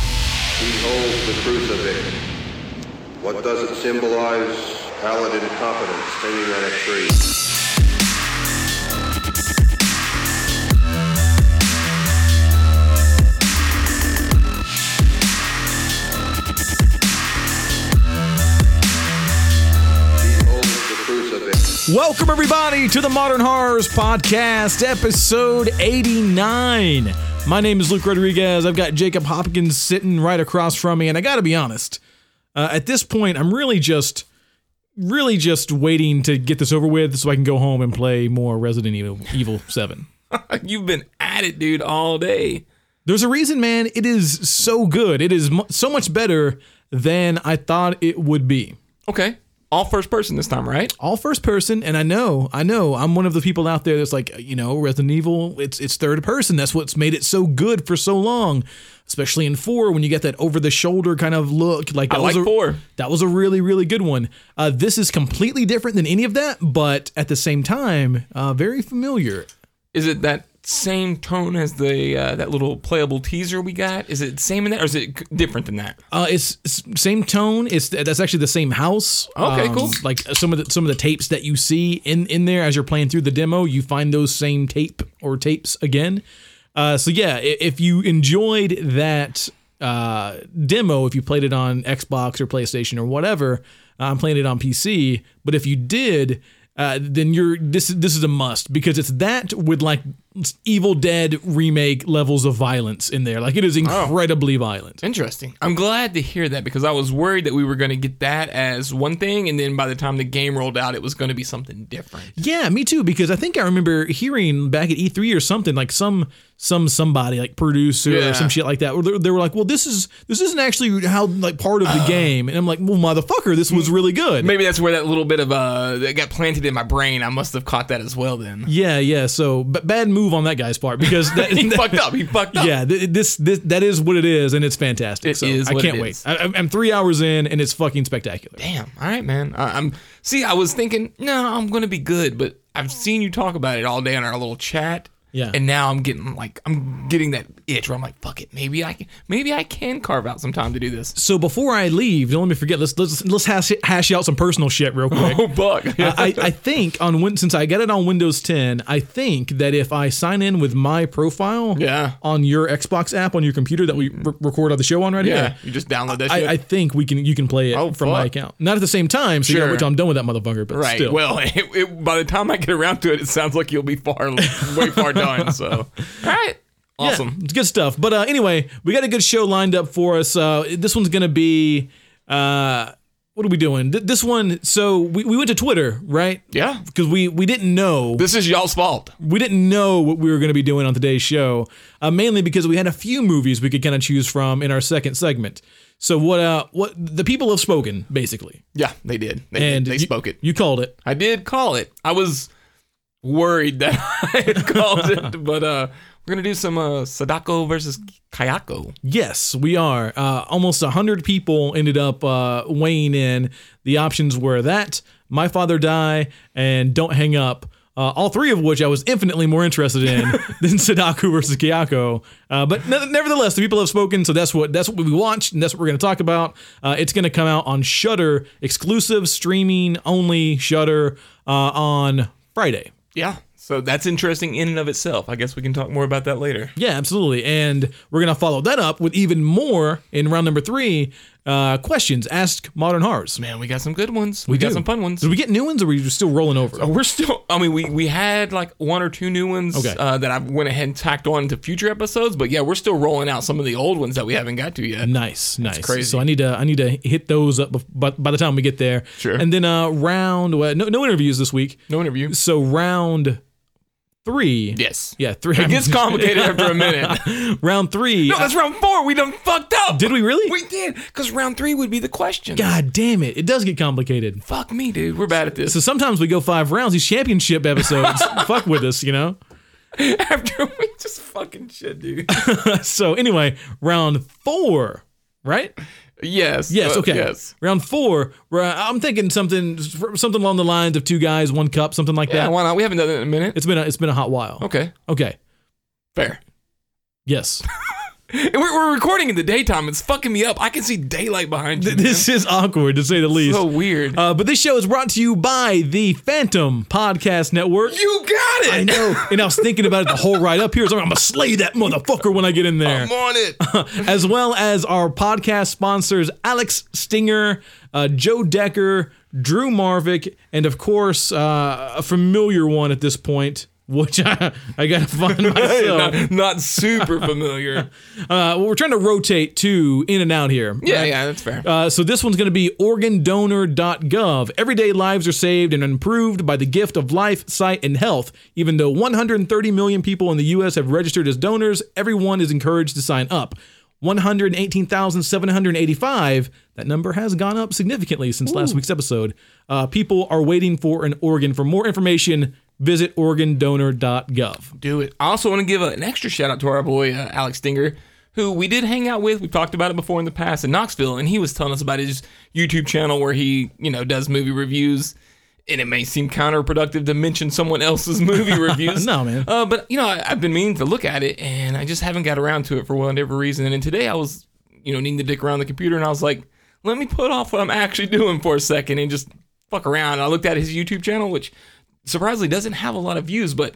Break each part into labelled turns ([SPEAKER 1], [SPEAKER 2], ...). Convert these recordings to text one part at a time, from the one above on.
[SPEAKER 1] He holds the crucifix. What does it symbolize? Paladin confidence hanging on a tree. He holds the crucifix.
[SPEAKER 2] Welcome, everybody, to the Modern Horrors Podcast, episode 89. My name is Luke Rodriguez. I've got Jacob Hopkins sitting right across from me, and I got to be honest, uh, at this point, I'm really just. Really, just waiting to get this over with so I can go home and play more Resident Evil, Evil 7.
[SPEAKER 3] You've been at it, dude, all day.
[SPEAKER 2] There's a reason, man. It is so good. It is mu- so much better than I thought it would be.
[SPEAKER 3] Okay. All first person this time, right?
[SPEAKER 2] all first person and i know i know i'm one of the people out there that's like you know resident evil it's it's third person that's what's made it so good for so long especially in four when you get that over the shoulder kind of look like that
[SPEAKER 3] I like
[SPEAKER 2] was a,
[SPEAKER 3] four.
[SPEAKER 2] that was a really really good one uh, this is completely different than any of that but at the same time uh, very familiar
[SPEAKER 3] Is it that same tone as the uh, that little playable teaser we got? Is it same in that, or is it c- different than that?
[SPEAKER 2] Uh, it's, it's same tone. It's that's actually the same house. Um,
[SPEAKER 3] Okay, cool.
[SPEAKER 2] Like uh, some of the some of the tapes that you see in in there as you're playing through the demo, you find those same tape or tapes again. Uh, so yeah, i- if you enjoyed that uh, demo, if you played it on Xbox or PlayStation or whatever, uh, I'm playing it on PC. But if you did. Uh, then you're this. This is a must because it's that with like Evil Dead remake levels of violence in there. Like it is incredibly violent.
[SPEAKER 3] Interesting. I'm glad to hear that because I was worried that we were going to get that as one thing, and then by the time the game rolled out, it was going to be something different.
[SPEAKER 2] Yeah, me too. Because I think I remember hearing back at E3 or something like some some somebody like producer
[SPEAKER 3] Yeah.
[SPEAKER 2] or some shit like that. Where they- they were like, "Well, this is this isn't actually how like part of the game," and I'm like, "Well, motherfucker, this was really good."
[SPEAKER 3] Maybe that's where that little bit of uh that got planted in my brain. I must have caught that as well. Then
[SPEAKER 2] Yeah, yeah. So, but bad move on that guy's part because that,
[SPEAKER 3] he
[SPEAKER 2] that-
[SPEAKER 3] fucked up. He fucked up.
[SPEAKER 2] Yeah, th- this this that is what it is, and it's fantastic.
[SPEAKER 3] It
[SPEAKER 2] so
[SPEAKER 3] is
[SPEAKER 2] I
[SPEAKER 3] what it
[SPEAKER 2] can't wait.
[SPEAKER 3] is.
[SPEAKER 2] I, I'm- I'm three hours in, and it's fucking spectacular.
[SPEAKER 3] Damn. All right, man. I, I'm see. I was thinking, no, I'm gonna be good, but I've seen you talk about it all day in our little chat.
[SPEAKER 2] Yeah.
[SPEAKER 3] And now I'm getting like I'm getting that itch where I'm like, fuck it, maybe I can, maybe I can carve out some time to do this.
[SPEAKER 2] So before I leave, don't let me forget. Let's let's let's hash, hash out some personal shit real quick.
[SPEAKER 3] Oh, fuck.
[SPEAKER 2] I, I think on Win- since I got it on Windows 10, I think that if I sign in with my profile
[SPEAKER 3] Yeah.
[SPEAKER 2] on your Xbox app on your computer that we re- record the show on right
[SPEAKER 3] yeah.
[SPEAKER 2] here,
[SPEAKER 3] You just download that
[SPEAKER 2] I,
[SPEAKER 3] shit.
[SPEAKER 2] I think we can you can play it
[SPEAKER 3] Oh,
[SPEAKER 2] from my
[SPEAKER 3] fuck.
[SPEAKER 2] account. Not at the same time, so you know
[SPEAKER 3] Sure.
[SPEAKER 2] which I'm done with that motherfucker, but
[SPEAKER 3] right.
[SPEAKER 2] still.
[SPEAKER 3] Well, it, it, by the time I get around to it, it sounds like you'll be far, way far done. So, all right.
[SPEAKER 2] Yeah,
[SPEAKER 3] Awesome.
[SPEAKER 2] it's good stuff. But uh, anyway, we got a good show lined up for us. Uh, this one's going to be uh, what are we doing? Th- this one, so we, we went to Twitter, right?
[SPEAKER 3] Yeah.
[SPEAKER 2] Because we, we didn't know.
[SPEAKER 3] This is y'all's fault.
[SPEAKER 2] we didn't know what we were going to be doing on today's show, uh, mainly because we had a few movies we could kind of choose from in our second segment. So what? Uh, what the people have spoken basically,
[SPEAKER 3] Yeah, they did. They,
[SPEAKER 2] and
[SPEAKER 3] they
[SPEAKER 2] you-
[SPEAKER 3] spoke it.
[SPEAKER 2] You called it.
[SPEAKER 3] I did call it. I was worried that I had called it, but uh, we're gonna do some uh, Sadako versus Kayako.
[SPEAKER 2] Yes, we are. Uh, almost hundred people ended up uh, weighing in. The options were that my father die and don't hang up. Uh, all three of which I was infinitely more interested in than Sadako versus Kiyako. Uh, but ne- nevertheless, the people have spoken, so that's what that's what we watched and that's what we're going to talk about. Uh, it's going to come out on Shutter, exclusive streaming only Shutter uh, on Friday.
[SPEAKER 3] Yeah. So that's interesting in and of itself. I guess we can talk more about that later.
[SPEAKER 2] Yeah, absolutely. And we're going to follow that up with even more in round number three uh, questions. Ask Modern Horrors.
[SPEAKER 3] Man, we got some good ones. We, got
[SPEAKER 2] do.
[SPEAKER 3] some fun ones.
[SPEAKER 2] Did we get new ones or were you still rolling over?
[SPEAKER 3] Oh, We're still. I mean, we we had like one or two new ones
[SPEAKER 2] Okay.
[SPEAKER 3] uh, that I went ahead and tacked on to future episodes. But yeah, we're still rolling out some of the old ones that we haven't got to yet.
[SPEAKER 2] Nice, nice.
[SPEAKER 3] crazy.
[SPEAKER 2] So I need to I need to hit those up, bef- but by the time we get there,
[SPEAKER 3] Sure.
[SPEAKER 2] And then uh, round well, no no interviews this week.
[SPEAKER 3] No interview.
[SPEAKER 2] So round three,
[SPEAKER 3] Yes.
[SPEAKER 2] yeah, three.
[SPEAKER 3] It gets complicated after a minute.
[SPEAKER 2] round three.
[SPEAKER 3] No,
[SPEAKER 2] uh,
[SPEAKER 3] that's round four. We done fucked up.
[SPEAKER 2] did we really?
[SPEAKER 3] We did, because round three would be the question.
[SPEAKER 2] God damn it! It does get complicated.
[SPEAKER 3] Fuck me, dude. We're bad at this.
[SPEAKER 2] So sometimes we go five rounds. These championship episodes fuck with us, you know.
[SPEAKER 3] After we just fucking shit, dude.
[SPEAKER 2] So anyway, round four, right?
[SPEAKER 3] Yes.
[SPEAKER 2] Yes.
[SPEAKER 3] uh,
[SPEAKER 2] Okay.
[SPEAKER 3] Yes.
[SPEAKER 2] Round four. where I- I'm thinking something, something along the lines of two guys, one cup, something like
[SPEAKER 3] Yeah,
[SPEAKER 2] that.
[SPEAKER 3] why not? We haven't done it in a minute.
[SPEAKER 2] It's been a, it's been a hot while.
[SPEAKER 3] Okay.
[SPEAKER 2] Okay.
[SPEAKER 3] Fair.
[SPEAKER 2] Yes.
[SPEAKER 3] And we're, we're recording in the daytime. It's fucking me up. I can see daylight behind you.
[SPEAKER 2] This is awkward to say the least.
[SPEAKER 3] so weird.
[SPEAKER 2] Uh, but this show is brought to you by the Phantom Podcast Network.
[SPEAKER 3] you got it.
[SPEAKER 2] I know. And I was thinking about it the whole ride up here. So I'm going to slay that motherfucker when I get in there.
[SPEAKER 3] I'm on it.
[SPEAKER 2] as well as our podcast sponsors Alex Stinger, uh, Joe Decker, Drew Marvick, and of course uh, a familiar one at this point, which I, I gotta find myself.
[SPEAKER 3] not, not super familiar.
[SPEAKER 2] Uh, well, we're trying to rotate two in and out here.
[SPEAKER 3] Yeah, yeah, that's fair.
[SPEAKER 2] Uh, so this one's going to be organdonor.gov. Everyday lives are saved and improved by the gift of life, sight, and health. Even though 130 million people in the U.S. have registered as donors, everyone is encouraged to sign up. 118,785. That number has gone up significantly since last week's episode. Uh, people are waiting for an organ. For more information, visit organdonor.gov.
[SPEAKER 3] Do it. I also want to give a- an extra shout out to our boy uh, Alex Stinger, who we did hang out with. We've talked about it before in the past in Knoxville, and he was telling us about his YouTube channel where he, you know, does movie reviews. And it may seem counterproductive to mention someone else's movie reviews.
[SPEAKER 2] No, man.
[SPEAKER 3] Uh, but you know, I, I've been meaning to look at it, and I just haven't got around to it for whatever reason. And then today, I was, you know, needing to dick around the computer, and I was like, let me put off what I'm actually doing for a second and just fuck around. And I looked at his YouTube channel, which surprisingly doesn't have a lot of views, but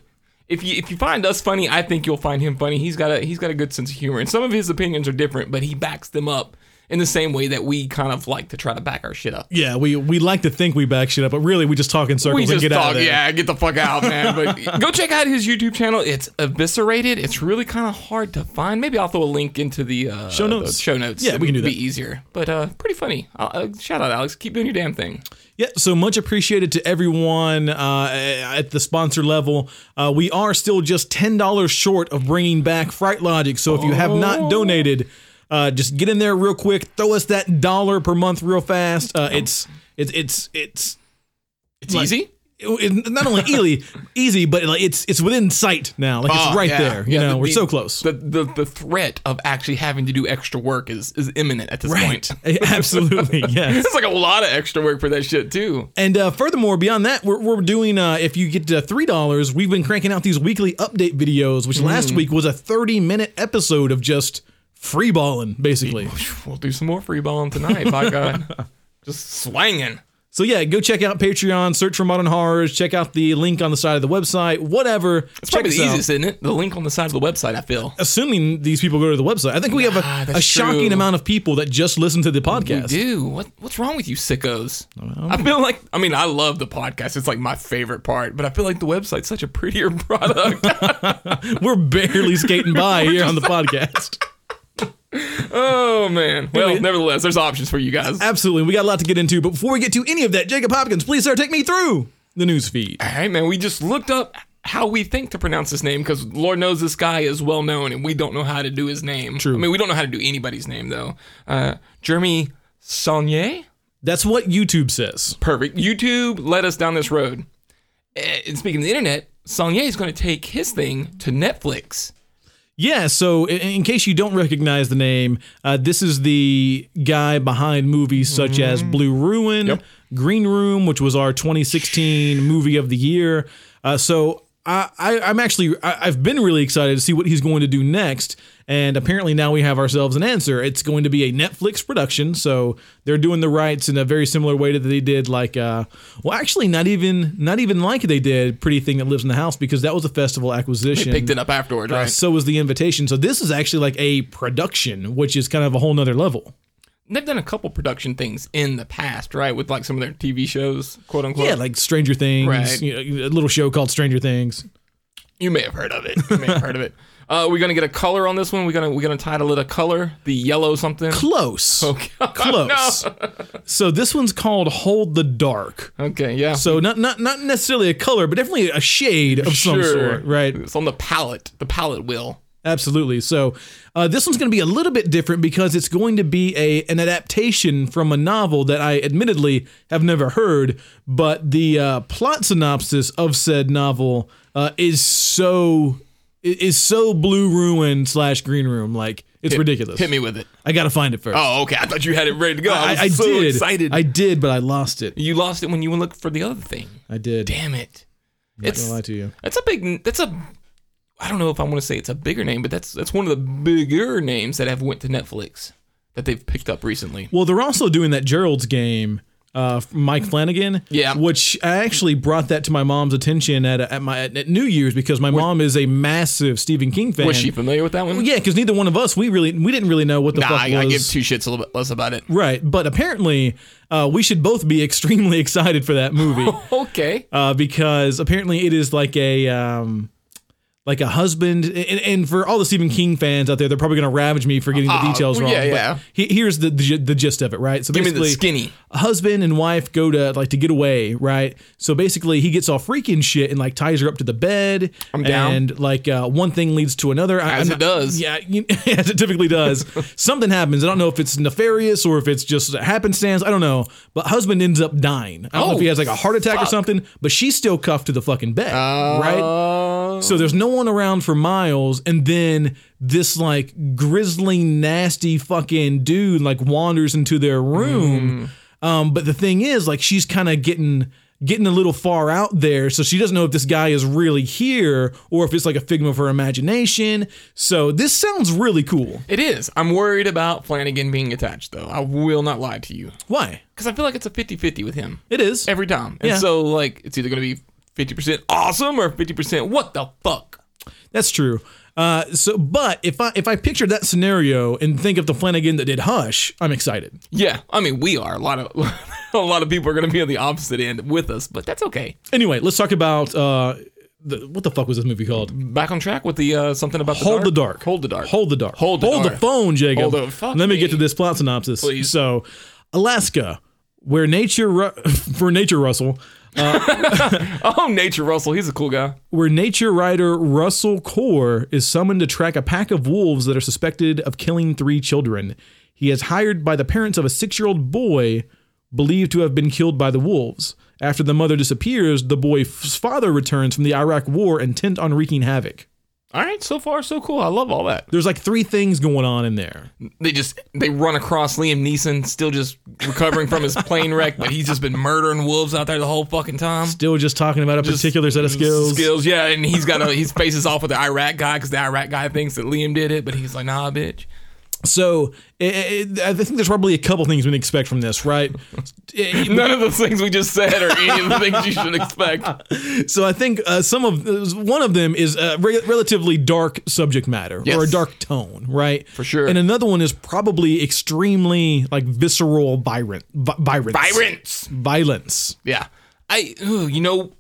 [SPEAKER 3] if you if you find us funny, I think you'll find him funny. He's got a he's got a good sense of humor, and some of his opinions are different, but he backs them up in the same way that we kind of like to try to back our shit up.
[SPEAKER 2] Yeah, we, we like to think we back shit up, but really we just talk in circles
[SPEAKER 3] We
[SPEAKER 2] and
[SPEAKER 3] just
[SPEAKER 2] get out
[SPEAKER 3] talk,
[SPEAKER 2] of there.
[SPEAKER 3] yeah, get the fuck out, man. But go check out his YouTube channel. It's eviscerated. It's really kind of hard to find. Maybe I'll throw a link into the uh, show
[SPEAKER 2] notes.
[SPEAKER 3] show notes.
[SPEAKER 2] Yeah, we can do
[SPEAKER 3] It'd Be easier, but uh, pretty funny. I'll, uh, shout out, Alex. Keep doing your damn thing.
[SPEAKER 2] Yeah, so much appreciated to everyone uh, at the sponsor level. Uh, we are still just ten dollars short of bringing back Fright Logic. So if you have
[SPEAKER 3] Oh.
[SPEAKER 2] not donated, uh, just get in there real quick. Throw us that dollar per month real fast. Uh, it's it's it's it's
[SPEAKER 3] It's
[SPEAKER 2] Like-
[SPEAKER 3] easy.
[SPEAKER 2] it- it- not only easy, easy, but like it's it's within sight now. Like
[SPEAKER 3] Oh,
[SPEAKER 2] it's right
[SPEAKER 3] yeah.
[SPEAKER 2] there. You
[SPEAKER 3] Yeah,
[SPEAKER 2] know,
[SPEAKER 3] the-
[SPEAKER 2] we're
[SPEAKER 3] the-
[SPEAKER 2] so close.
[SPEAKER 3] The, the the threat of actually having to do extra work is is imminent at this point.
[SPEAKER 2] Absolutely. Yes.
[SPEAKER 3] It's like a lot of extra work for that shit too.
[SPEAKER 2] And uh, furthermore, beyond that, we're, we're doing, uh, if you get to $3, we've been cranking out these weekly update videos, which
[SPEAKER 3] Mm.
[SPEAKER 2] last week was a 30 minute episode of just freeballing, basically.
[SPEAKER 3] We'll do some more free balling tonight, by God. Just slanging.
[SPEAKER 2] So, yeah, go check out Patreon, search for Modern Horrors, check out the link on the side of the website, whatever.
[SPEAKER 3] It's
[SPEAKER 2] check
[SPEAKER 3] probably
[SPEAKER 2] us
[SPEAKER 3] the
[SPEAKER 2] out.
[SPEAKER 3] easiest, isn't it? The link on the side of the website, I feel.
[SPEAKER 2] Assuming these people go to the website, I think we have
[SPEAKER 3] Nah,
[SPEAKER 2] a,
[SPEAKER 3] that's
[SPEAKER 2] a shocking
[SPEAKER 3] true.
[SPEAKER 2] amount of people that just listen to the podcast.
[SPEAKER 3] Dude, what what's wrong with you sickos? I feel like I mean I love the podcast. It's like my favorite part, but I feel like the website's such a prettier product.
[SPEAKER 2] We're barely skating by here on the podcast.
[SPEAKER 3] oh man. Uh, Well, nevertheless, there's options for you guys.
[SPEAKER 2] Absolutely. We got a lot to get into, but before we get to any of that, Jacob Hopkins, please, sir, take me through the news feed.
[SPEAKER 3] All right, man. We just looked up how we think to pronounce his name because Lord knows this guy is well known and we don't know how to do his name. True. I mean, we don't know how to do anybody's name though. Uh, Jeremy Saulnier.
[SPEAKER 2] That's what YouTube says.
[SPEAKER 3] Perfect. YouTube led us down this road. Eh, And speaking of the internet, Saulnier is going to take his thing to Netflix.
[SPEAKER 2] Yeah, so in, in case you don't recognize the name, uh, this is the guy behind movies such as Blue Ruin,
[SPEAKER 3] Mm-hmm. Yep.
[SPEAKER 2] Green Room, which was our 2016 movie of the year. Uh, so I, I, I'm actually I, I've been really excited to see what he's going to do next. And apparently now we have ourselves an answer. It's going to be a Netflix production, so they're doing the rights in a very similar way that they did, like, uh, well, actually, not even not even like they did "Pretty Thing That Lives in the House" because that was a festival acquisition.
[SPEAKER 3] Picked it up afterwards,
[SPEAKER 2] Uh,
[SPEAKER 3] right?
[SPEAKER 2] so was the invitation. So this is actually like a production, which is kind of a whole nother level.
[SPEAKER 3] They've done a couple production things in the past, right? With like some of their TV shows, quote unquote.
[SPEAKER 2] Yeah, like Stranger Things,
[SPEAKER 3] Right.
[SPEAKER 2] you know, a little show called Stranger Things.
[SPEAKER 3] You may have heard of it. You may have heard of it. Uh, we're gonna get a color on this one. We're gonna we're gonna title it a color, the yellow something.
[SPEAKER 2] Close. Close. So this one's called Hold the Dark.
[SPEAKER 3] Okay, yeah.
[SPEAKER 2] So not not not necessarily a color, but definitely a shade of some sort, right?
[SPEAKER 3] It's on the palette. The palette will.
[SPEAKER 2] Absolutely. So uh, this one's going to be a little bit different because it's going to be a an adaptation from a novel that I admittedly have never heard, but the uh, plot synopsis of said novel uh, is so i- is so blue ruin slash green room like it's ridiculous.
[SPEAKER 3] Hit me with it.
[SPEAKER 2] I got to find it first.
[SPEAKER 3] Oh, okay. I thought you had it ready to go. I,
[SPEAKER 2] I,
[SPEAKER 3] was
[SPEAKER 2] I
[SPEAKER 3] so
[SPEAKER 2] did.
[SPEAKER 3] excited.
[SPEAKER 2] I did, but I lost it.
[SPEAKER 3] you lost it when you went look for the other thing.
[SPEAKER 2] I did.
[SPEAKER 3] Damn it.
[SPEAKER 2] I'm not
[SPEAKER 3] It's
[SPEAKER 2] gonna lie to you.
[SPEAKER 3] that's a big. That's a. I don't know if I want to say it's a bigger name, but that's that's one of the bigger names that have went to Netflix that they've picked up recently.
[SPEAKER 2] Well, they're also doing that Gerald's game, uh, from Mike Flanagan.
[SPEAKER 3] Yeah.
[SPEAKER 2] Which I actually brought that to my mom's attention at at my at New Year's because my mom is a massive Stephen King fan.
[SPEAKER 3] Was she familiar with that one?
[SPEAKER 2] Yeah, because neither one of us we really we didn't really know what the
[SPEAKER 3] Nah,
[SPEAKER 2] fuck
[SPEAKER 3] I, I
[SPEAKER 2] was.
[SPEAKER 3] give two shits a little bit less about it.
[SPEAKER 2] Right, but apparently uh, we should both be extremely excited for that movie
[SPEAKER 3] Okay.
[SPEAKER 2] uh, because apparently it is like a um, like a husband, and, and for all the Stephen King fans out there, they're probably going to ravage me for getting the
[SPEAKER 3] Uh,
[SPEAKER 2] details
[SPEAKER 3] well,
[SPEAKER 2] wrong.
[SPEAKER 3] yeah,
[SPEAKER 2] but
[SPEAKER 3] yeah.
[SPEAKER 2] he- here's the, the the gist of it, right? So
[SPEAKER 3] Give me the
[SPEAKER 2] basically,
[SPEAKER 3] skinny.
[SPEAKER 2] a husband and wife go to like to get away, right? So basically, he gets all freaking shit and like ties her up to the bed.
[SPEAKER 3] I'm down.
[SPEAKER 2] And like uh, one thing leads to another, I-
[SPEAKER 3] As
[SPEAKER 2] I'm
[SPEAKER 3] it does.
[SPEAKER 2] Yeah, you, as it typically does. Something happens. I don't know if it's nefarious or if it's just a happenstance. I don't know. But husband ends up dying. I don't know if
[SPEAKER 3] Oh,
[SPEAKER 2] he has like a heart attack or
[SPEAKER 3] fuck.
[SPEAKER 2] something. But she's still cuffed to the fucking bed,
[SPEAKER 3] Uh,
[SPEAKER 2] right? So there's no one around for miles, and then this like grizzly, nasty fucking dude like wanders into their room.
[SPEAKER 3] Mm.
[SPEAKER 2] Um, but the thing is, like, she's kind of getting getting a little far out there, so she doesn't know if this guy is really here or if it's like a figment of her imagination. So this sounds really cool.
[SPEAKER 3] It is. I'm worried about Flanagan being attached, though. I will not lie to you.
[SPEAKER 2] Why?
[SPEAKER 3] Because I feel like it's a 50 50 with him
[SPEAKER 2] It is.
[SPEAKER 3] every time. And
[SPEAKER 2] Yeah.
[SPEAKER 3] so, like, it's either going to be 50% awesome or 50% what the fuck?
[SPEAKER 2] That's true. Uh, so, but if I if I picture that scenario and think of the Flanagan that did Hush, I'm excited.
[SPEAKER 3] Yeah. I mean, we are. A lot of. A lot of people are going to be on the opposite end with us, but that's okay.
[SPEAKER 2] Anyway, let's talk about uh, the, what the fuck was this movie called?
[SPEAKER 3] Back on track with the uh, something about the
[SPEAKER 2] Hold the dark.
[SPEAKER 3] Hold the dark.
[SPEAKER 2] Hold the dark.
[SPEAKER 3] Hold the dark.
[SPEAKER 2] phone, Jacob.
[SPEAKER 3] Hold the- fuck
[SPEAKER 2] Let me get
[SPEAKER 3] me.
[SPEAKER 2] to this plot synopsis.
[SPEAKER 3] Please.
[SPEAKER 2] So, Alaska, where nature ru- for nature Russell,
[SPEAKER 3] Oh, Nature Russell. He's a cool guy.
[SPEAKER 2] where nature writer Russell Core is summoned to track a pack of wolves that are suspected of killing three children. He is hired by the parents of a six-year-old boy believed to have been killed by the wolves. After the mother disappears, the boy's father returns from the Iraq War intent on wreaking havoc.
[SPEAKER 3] All right. So far, so cool. I love all that.
[SPEAKER 2] There's like three things going on in there.
[SPEAKER 3] they just they run across Liam Neeson still just recovering from his plane wreck, but he's just been murdering wolves out there the whole fucking time.
[SPEAKER 2] Still just talking about a particular set of
[SPEAKER 3] mm,
[SPEAKER 2] skills.
[SPEAKER 3] Skills, yeah, and he's got a he faces off with the Iraq guy because the Iraq guy thinks that Liam did it, but he's like, nah, bitch.
[SPEAKER 2] So it, it, I think there's probably a couple things we can expect from this, right? It-
[SPEAKER 3] None of the things we just said are any of the things you should expect.
[SPEAKER 2] so I think uh, some of one of them is a re- relatively dark subject matter or a
[SPEAKER 3] Yes.
[SPEAKER 2] dark tone, right? For
[SPEAKER 3] sure.
[SPEAKER 2] And another one is probably extremely like visceral, vibrant, vi- vibrance,
[SPEAKER 3] Tyrants.
[SPEAKER 2] violence.
[SPEAKER 3] Yeah. I, ooh, you know,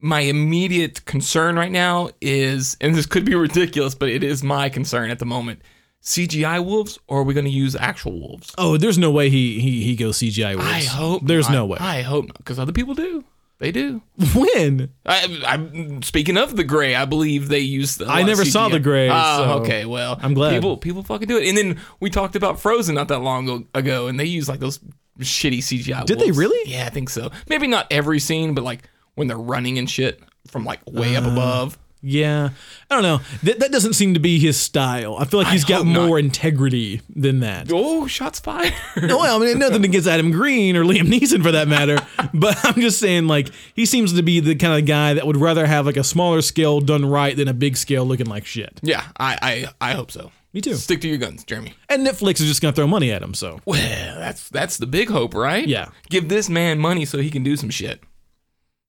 [SPEAKER 3] my immediate concern right now is, and this could be ridiculous, but it is my concern at the moment. CGI wolves, or are we going to use actual wolves?
[SPEAKER 2] Oh, there's no way he he, he goes CGI. With
[SPEAKER 3] I
[SPEAKER 2] this.
[SPEAKER 3] hope
[SPEAKER 2] there's
[SPEAKER 3] not.
[SPEAKER 2] no way.
[SPEAKER 3] I hope not, because other people do. They do.
[SPEAKER 2] when
[SPEAKER 3] I, I'm speaking of the gray. I believe they use the.
[SPEAKER 2] I never saw The Grey,
[SPEAKER 3] Ah,
[SPEAKER 2] so
[SPEAKER 3] okay. Well,
[SPEAKER 2] I'm glad.
[SPEAKER 3] people people fucking do it. And then we talked about Frozen not that long ago- ago, and they use like those shitty CGI.
[SPEAKER 2] Did they
[SPEAKER 3] wolves.
[SPEAKER 2] really?
[SPEAKER 3] Yeah, I think so. Maybe not every scene, but like when they're running and shit from like way
[SPEAKER 2] Uh-huh.
[SPEAKER 3] up above.
[SPEAKER 2] Yeah, I don't know. That that doesn't seem to be his style. I feel like he's got
[SPEAKER 3] hope not.
[SPEAKER 2] more integrity than that.
[SPEAKER 3] Oh, shots fired.
[SPEAKER 2] well, I mean, nothing against Adam Green or Liam Neeson for that matter, but I'm just saying, like, he seems to be the kind of guy that would rather have like a smaller scale done right than a big scale looking like shit.
[SPEAKER 3] yeah, I, I I hope so.
[SPEAKER 2] Me too.
[SPEAKER 3] Stick to your guns, Jeremy.
[SPEAKER 2] And Netflix is just gonna throw money at him, so
[SPEAKER 3] Well, that's that's the big hope, right?
[SPEAKER 2] Yeah.
[SPEAKER 3] Give this man money so he can do some shit.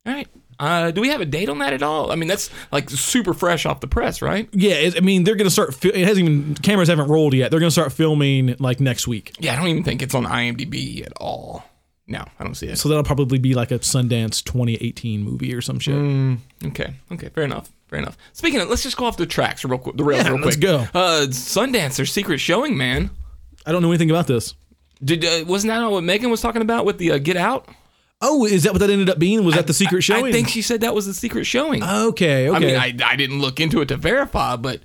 [SPEAKER 3] All right. Uh, do we have a date on that at all? I mean, that's like super fresh off the press, right?
[SPEAKER 2] yeah. It, I mean, they're gonna start. Fi- it hasn't even cameras haven't rolled yet. They're gonna start filming like next week,
[SPEAKER 3] Yeah, I don't even think it's on IMDb at all. No, I don't see it.
[SPEAKER 2] so that'll probably be like a Sundance 2018 movie or some shit.
[SPEAKER 3] Mm. Okay, okay, fair enough, fair enough. Speaking of, let's just go off the tracks real quick. The rails,
[SPEAKER 2] Yeah,
[SPEAKER 3] real quick.
[SPEAKER 2] let's go.
[SPEAKER 3] Uh, Sundance, their secret showing, man.
[SPEAKER 2] I don't know anything about this.
[SPEAKER 3] Did uh, wasn't that what Megan was talking about with the uh, Get Out?
[SPEAKER 2] Oh, is that what that ended up being? Was that the secret showing?
[SPEAKER 3] I think she said that was the secret showing.
[SPEAKER 2] Okay, okay.
[SPEAKER 3] I mean, I, I didn't look into it to verify, but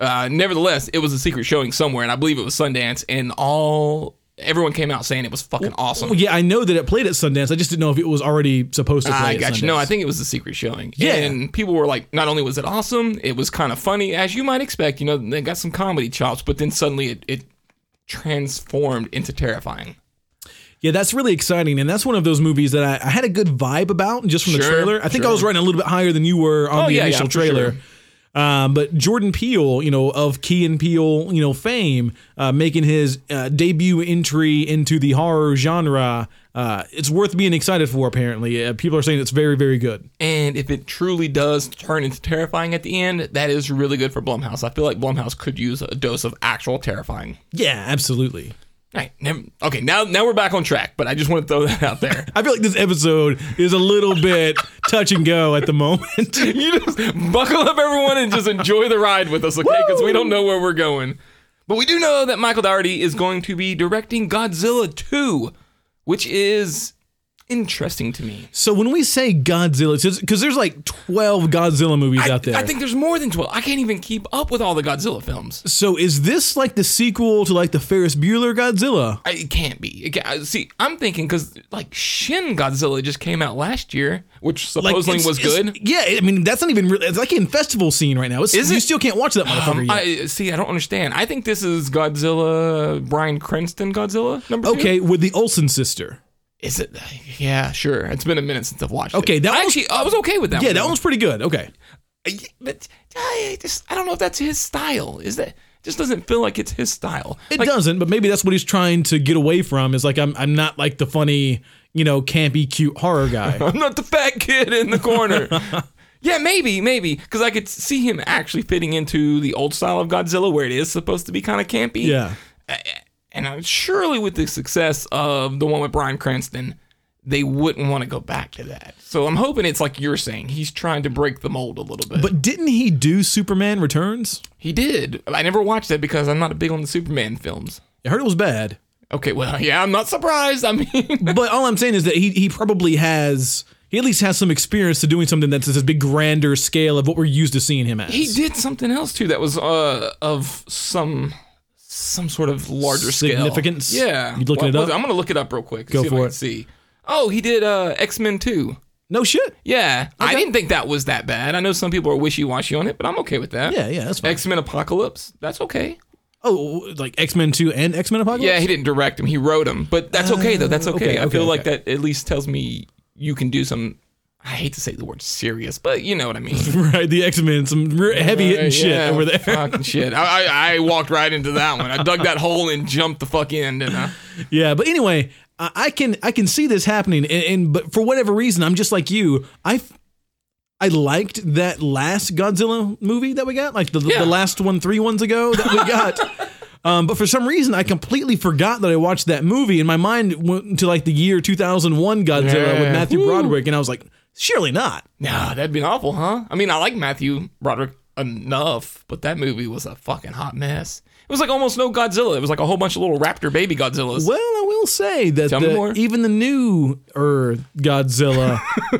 [SPEAKER 3] uh, nevertheless, it was a secret showing somewhere, and I believe it was Sundance, and all everyone came out saying it was fucking awesome.
[SPEAKER 2] Well, yeah, I know that it played at Sundance. I just didn't know if it was already supposed to play.
[SPEAKER 3] I
[SPEAKER 2] at
[SPEAKER 3] got you. No,
[SPEAKER 2] Sundance.
[SPEAKER 3] I think it was the secret showing.
[SPEAKER 2] Yeah.
[SPEAKER 3] And people were like, not only was it awesome, it was kind of funny, as you might expect. You know, they got some comedy chops, but then suddenly it, it transformed into terrifying.
[SPEAKER 2] Yeah, that's really exciting, and that's one of those movies that I, I had a good vibe about just from the
[SPEAKER 3] Sure,
[SPEAKER 2] trailer. I think I was
[SPEAKER 3] sure.
[SPEAKER 2] running a little bit higher than you were on
[SPEAKER 3] Oh,
[SPEAKER 2] the
[SPEAKER 3] yeah, yeah,
[SPEAKER 2] initial
[SPEAKER 3] for
[SPEAKER 2] trailer.
[SPEAKER 3] sure.
[SPEAKER 2] Uh, but Jordan Peele, you know, of Key and Peele, you know, fame, uh, making his uh, debut entry into the horror genre, uh, it's worth being excited for. Apparently, uh, people are saying it's very, very good.
[SPEAKER 3] And if it truly does turn into terrifying at the end, that is really good for Blumhouse. I feel like Blumhouse could use a dose of actual terrifying.
[SPEAKER 2] Yeah, absolutely.
[SPEAKER 3] All right, never, okay, now now we're back on track, but I just want to throw that out there.
[SPEAKER 2] I feel like this episode is a little bit touch and go at the moment.
[SPEAKER 3] you just buckle up, everyone, and just enjoy the ride with us, okay? Because we don't know where we're going. But we do know that Michael Dougherty is going to be directing Godzilla 2, which is interesting to me.
[SPEAKER 2] So when we say Godzilla, because there's like 12 Godzilla movies out there.
[SPEAKER 3] I think there's more than 12. I can't even keep up with all the Godzilla films.
[SPEAKER 2] so is this like the sequel to like the Ferris Bueller Godzilla?
[SPEAKER 3] I, it can't be. It ca- I- see, I'm thinking because like Shin Godzilla just came out last year, which
[SPEAKER 2] Like,
[SPEAKER 3] supposedly
[SPEAKER 2] it's-
[SPEAKER 3] was
[SPEAKER 2] it's-
[SPEAKER 3] good.
[SPEAKER 2] Yeah, I mean that's not even really, it's like in festival scene right now. It's,
[SPEAKER 3] Is
[SPEAKER 2] you
[SPEAKER 3] it?
[SPEAKER 2] still can't watch that motherfucker
[SPEAKER 3] Um,
[SPEAKER 2] yet.
[SPEAKER 3] I see. I don't understand. I think this is Godzilla, Brian Cranston Godzilla number two.
[SPEAKER 2] okay, with the Olsen sister.
[SPEAKER 3] Is it? Yeah, sure. It's been a minute since I've watched.
[SPEAKER 2] Okay,
[SPEAKER 3] it.
[SPEAKER 2] that
[SPEAKER 3] I
[SPEAKER 2] one-
[SPEAKER 3] actually I was okay with that.
[SPEAKER 2] Yeah,
[SPEAKER 3] one.
[SPEAKER 2] that one's pretty good. Okay.
[SPEAKER 3] I- But I just I don't know if that's his style. Is that just doesn't feel like it's his style.
[SPEAKER 2] It
[SPEAKER 3] Like,
[SPEAKER 2] doesn't, but maybe that's what he's trying to get away from is like I'm I'm not like the funny, you know, campy cute horror guy.
[SPEAKER 3] I'm not the fat kid in the corner. yeah, maybe, maybe, because I could see him actually fitting into the old style of Godzilla, where it is supposed to be kind of campy.
[SPEAKER 2] yeah.
[SPEAKER 3] and I, surely with the success of the one with Brian Cranston, they wouldn't want to go back to that. So I'm hoping it's like you're saying, he's trying to break the mold a little bit.
[SPEAKER 2] But didn't he do Superman Returns?
[SPEAKER 3] He did. I never watched that because I'm not big on the Superman films.
[SPEAKER 2] I heard it was bad.
[SPEAKER 3] Okay, well, yeah, I'm not surprised. I mean,
[SPEAKER 2] But all I'm saying is that he he probably has he at least has some experience to doing something that's this big grander scale of what we're used to seeing him as.
[SPEAKER 3] he did something else too that was uh of some some sort of larger
[SPEAKER 2] Significance?
[SPEAKER 3] Scale. Yeah,
[SPEAKER 2] You looking it
[SPEAKER 3] was
[SPEAKER 2] up?
[SPEAKER 3] I'm gonna look it up real quick.
[SPEAKER 2] Go
[SPEAKER 3] see if I
[SPEAKER 2] for
[SPEAKER 3] can
[SPEAKER 2] it.
[SPEAKER 3] See, oh, he did uh X Men Two.
[SPEAKER 2] No shit.
[SPEAKER 3] Yeah, I didn't think that was that bad. I know some people are wishy washy on it, but I'm okay with that.
[SPEAKER 2] Yeah, yeah, that's fine.
[SPEAKER 3] X Men Apocalypse, that's okay.
[SPEAKER 2] oh, like X Men Two and X Men Apocalypse.
[SPEAKER 3] Yeah, he didn't direct him. He wrote him, but that's okay though. That's okay.
[SPEAKER 2] Uh, okay,
[SPEAKER 3] I feel
[SPEAKER 2] okay,
[SPEAKER 3] like that at least tells me you can do some. I hate to say the word serious, but you know what I mean.
[SPEAKER 2] right. The X Men, some re- heavy hitting
[SPEAKER 3] Uh,
[SPEAKER 2] shit
[SPEAKER 3] yeah,
[SPEAKER 2] over there.
[SPEAKER 3] Fucking shit. I, I I walked right into that one. I dug that hole and jumped the fuck in. Didn't I?
[SPEAKER 2] Yeah, but anyway, I, I can I can see this happening, and, and but for whatever reason, I'm just like you. I f- I liked that last Godzilla movie that we got, like the,
[SPEAKER 3] Yeah.
[SPEAKER 2] the last one three ones ago that we got. Um, but for some reason, I completely forgot that I watched that movie, and my mind went to like the year 2001 Godzilla
[SPEAKER 3] Yeah.
[SPEAKER 2] with Matthew
[SPEAKER 3] Woo.
[SPEAKER 2] Broderick, and I was like, surely not.
[SPEAKER 3] Nah, that'd been awful, huh? I mean, I like Matthew Broderick enough, but that movie was a fucking hot mess. It was like almost no Godzilla. It was like a whole bunch of little raptor baby Godzillas.
[SPEAKER 2] Well, I will say that
[SPEAKER 3] Tell me more.
[SPEAKER 2] the, even the new er Godzilla,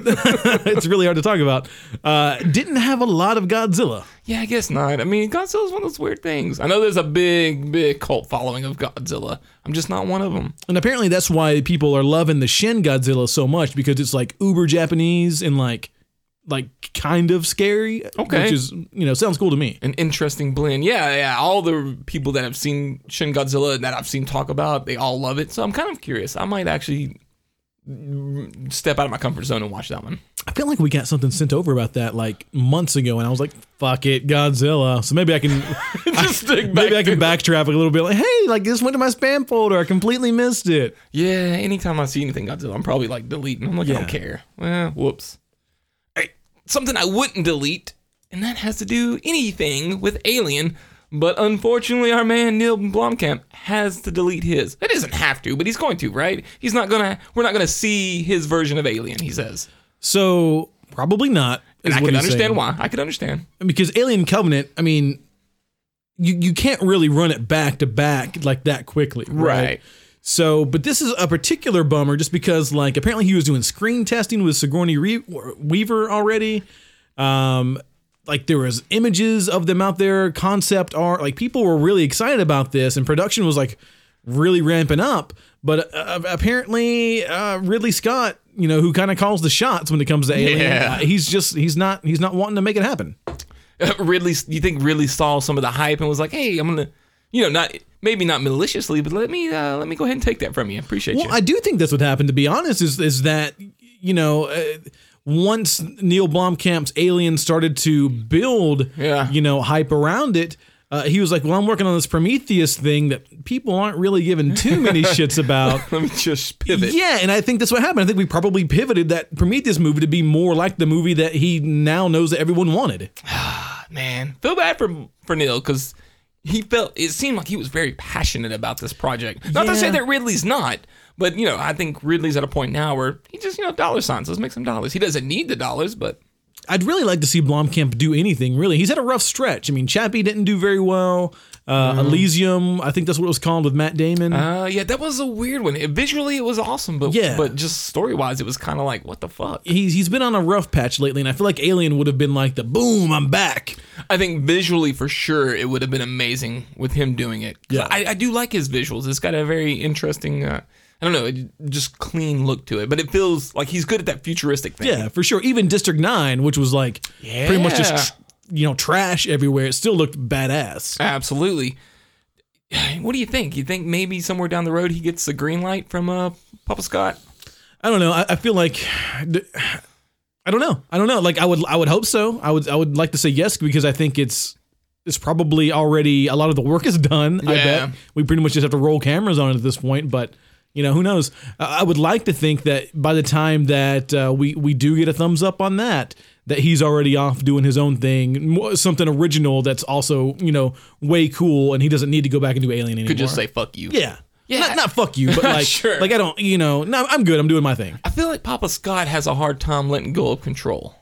[SPEAKER 2] it's really hard to talk about, uh, didn't have a lot of Godzilla.
[SPEAKER 3] Yeah, I guess not. I mean, Godzilla's one of those weird things. I know there's a big, big cult following of Godzilla. I'm just not one of them.
[SPEAKER 2] And apparently that's why people are loving the Shin Godzilla so much because it's like uber Japanese and like like kind of scary.
[SPEAKER 3] Okay.
[SPEAKER 2] Which is you know, sounds cool to me.
[SPEAKER 3] An interesting blend. Yeah, yeah. All the people that have seen Shin Godzilla that I've seen talk about, they all love it. So I'm kind of curious. I might actually mm, step out of my comfort zone and watch that one.
[SPEAKER 2] I feel like we got something sent over about that like months ago and I was like, fuck it, Godzilla. So maybe I can
[SPEAKER 3] Just dig back
[SPEAKER 2] maybe I
[SPEAKER 3] to
[SPEAKER 2] can backtrack a little bit like, hey, like this went to my spam folder. I completely missed it.
[SPEAKER 3] Yeah, anytime I see anything Godzilla, I'm probably like deleting. I'm like, I don't
[SPEAKER 2] Yeah.
[SPEAKER 3] care. Well, whoops. Hey, something I wouldn't delete, and that has to do anything with Alien. But unfortunately, our man Neil Blomkamp has to delete his. He doesn't have to, but he's going to, right? He's not gonna. We're not gonna see his version of Alien. He says,
[SPEAKER 2] So probably not.
[SPEAKER 3] and
[SPEAKER 2] is
[SPEAKER 3] I
[SPEAKER 2] what
[SPEAKER 3] can
[SPEAKER 2] he's
[SPEAKER 3] understand
[SPEAKER 2] saying.
[SPEAKER 3] why. I can understand.
[SPEAKER 2] because Alien Covenant, I mean, you you can't really run it back to back like that quickly, right?
[SPEAKER 3] Right.
[SPEAKER 2] So, but this is a particular bummer just because like apparently he was doing screen testing with Sigourney Re- Weaver already. Um like there was images of them out there, concept art, like people were really excited about this and production was like really ramping up, but uh, apparently uh Ridley Scott, you know, who kind of calls the shots when it comes to Alien,
[SPEAKER 3] Yeah.
[SPEAKER 2] uh, he's just he's not he's not wanting to make it happen.
[SPEAKER 3] Ridley, you think Ridley saw some of the hype and was like, "Hey, I'm gonna," you know, not maybe not maliciously, but let me uh, let me go ahead and take that from you. Appreciate you.
[SPEAKER 2] Well, I do think that's what happened. To be honest, is is that you know uh, once Neil Blomkamp's Alien started to build,
[SPEAKER 3] Yeah.
[SPEAKER 2] you know, hype around it. Uh, he was like, "Well, I'm working on this Prometheus thing that people aren't really giving too many shits about."
[SPEAKER 3] Let me just pivot.
[SPEAKER 2] Yeah, and I think that's what happened. I think we probably pivoted that Prometheus movie to be more like the movie that he now knows that everyone wanted.
[SPEAKER 3] Man, feel bad for for Neil because he felt it seemed like he was very passionate about this project. Not to say
[SPEAKER 2] Yeah.
[SPEAKER 3] that Ridley's not, but you know, I think Ridley's at a point now where he just you know dollar signs. Let's make some dollars. He doesn't need the dollars, but
[SPEAKER 2] I'd really like to see Blomkamp do anything. Really, he's had a rough stretch. I mean, Chappie didn't do very well. Uh, Elysium, I think that's what it was called with Matt Damon.
[SPEAKER 3] uh, yeah, that was a weird one. It- visually, it was awesome, but
[SPEAKER 2] Yeah.
[SPEAKER 3] but just story wise, it was kind of like what the fuck.
[SPEAKER 2] he's he's been on a rough patch lately, and I feel like Alien would have been like the boom, I'm back.
[SPEAKER 3] I think visually for sure it would have been amazing with him doing it.
[SPEAKER 2] Yeah.
[SPEAKER 3] I, I do like his visuals. It's got a very interesting, uh, I don't know, it- just clean look to it. But it feels like he's good at that futuristic thing.
[SPEAKER 2] Yeah, for sure. Even District Nine, which was like pretty much
[SPEAKER 3] Yeah.
[SPEAKER 2] just you know trash everywhere, it still looked badass.
[SPEAKER 3] absolutely. What do you think? You think maybe somewhere down the road he gets the green light from uh, Papa Scott?
[SPEAKER 2] I don't know. I, I feel like. I don't know. I don't know. Like I would, I would hope so. I would, I would like to say yes because I think it's, it's probably already a lot of the work is done. I
[SPEAKER 3] Yeah.
[SPEAKER 2] bet we pretty much just have to roll cameras on it at this point. But you know, who knows? I I would like to think that by the time that uh, we we do get a thumbs up on that, that he's already off doing his own thing, mo- something original that's also you know way cool, and he doesn't need to go back and do Alien anymore.
[SPEAKER 3] Could just say fuck you.
[SPEAKER 2] yeah.
[SPEAKER 3] Yeah.
[SPEAKER 2] Not, not fuck you, but like,
[SPEAKER 3] Sure.
[SPEAKER 2] like I don't, you know, no, I'm good. I'm doing my thing.
[SPEAKER 3] I feel like Papa Scott has a hard time letting go of control.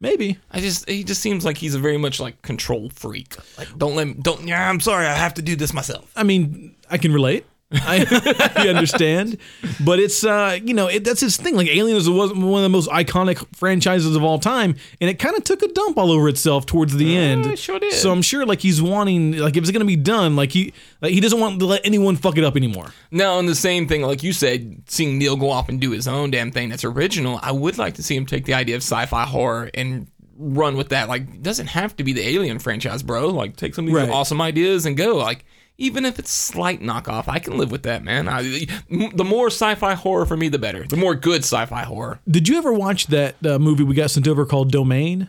[SPEAKER 2] Maybe.
[SPEAKER 3] I just he just seems like he's a very much like control freak. Like don't let me, don't yeah, I'm sorry, I have to do this myself.
[SPEAKER 2] I mean, I can relate. I, I understand, but it's uh, you know, it, that's his thing. Like Alien is was one of the most iconic franchises of all time, and it kind of took a dump all over itself towards the end.
[SPEAKER 3] it sure did.
[SPEAKER 2] So I'm sure, like he's wanting, like if it's gonna be done, like he, like he doesn't want to let anyone fuck it up anymore.
[SPEAKER 3] Now, on the same thing, like you said, seeing Neil go off and do his own damn thing that's original, I would like to see him take the idea of sci-fi horror and run with that. Like, it doesn't have to be the Alien franchise, bro. Like, take some of these
[SPEAKER 2] Right.
[SPEAKER 3] awesome ideas and go. Like, even if it's slight knockoff, I can live with that, man. I, the more sci-fi horror for me, the better. The more good sci-fi horror.
[SPEAKER 2] Did you ever watch that uh, movie we got sent over called Domain?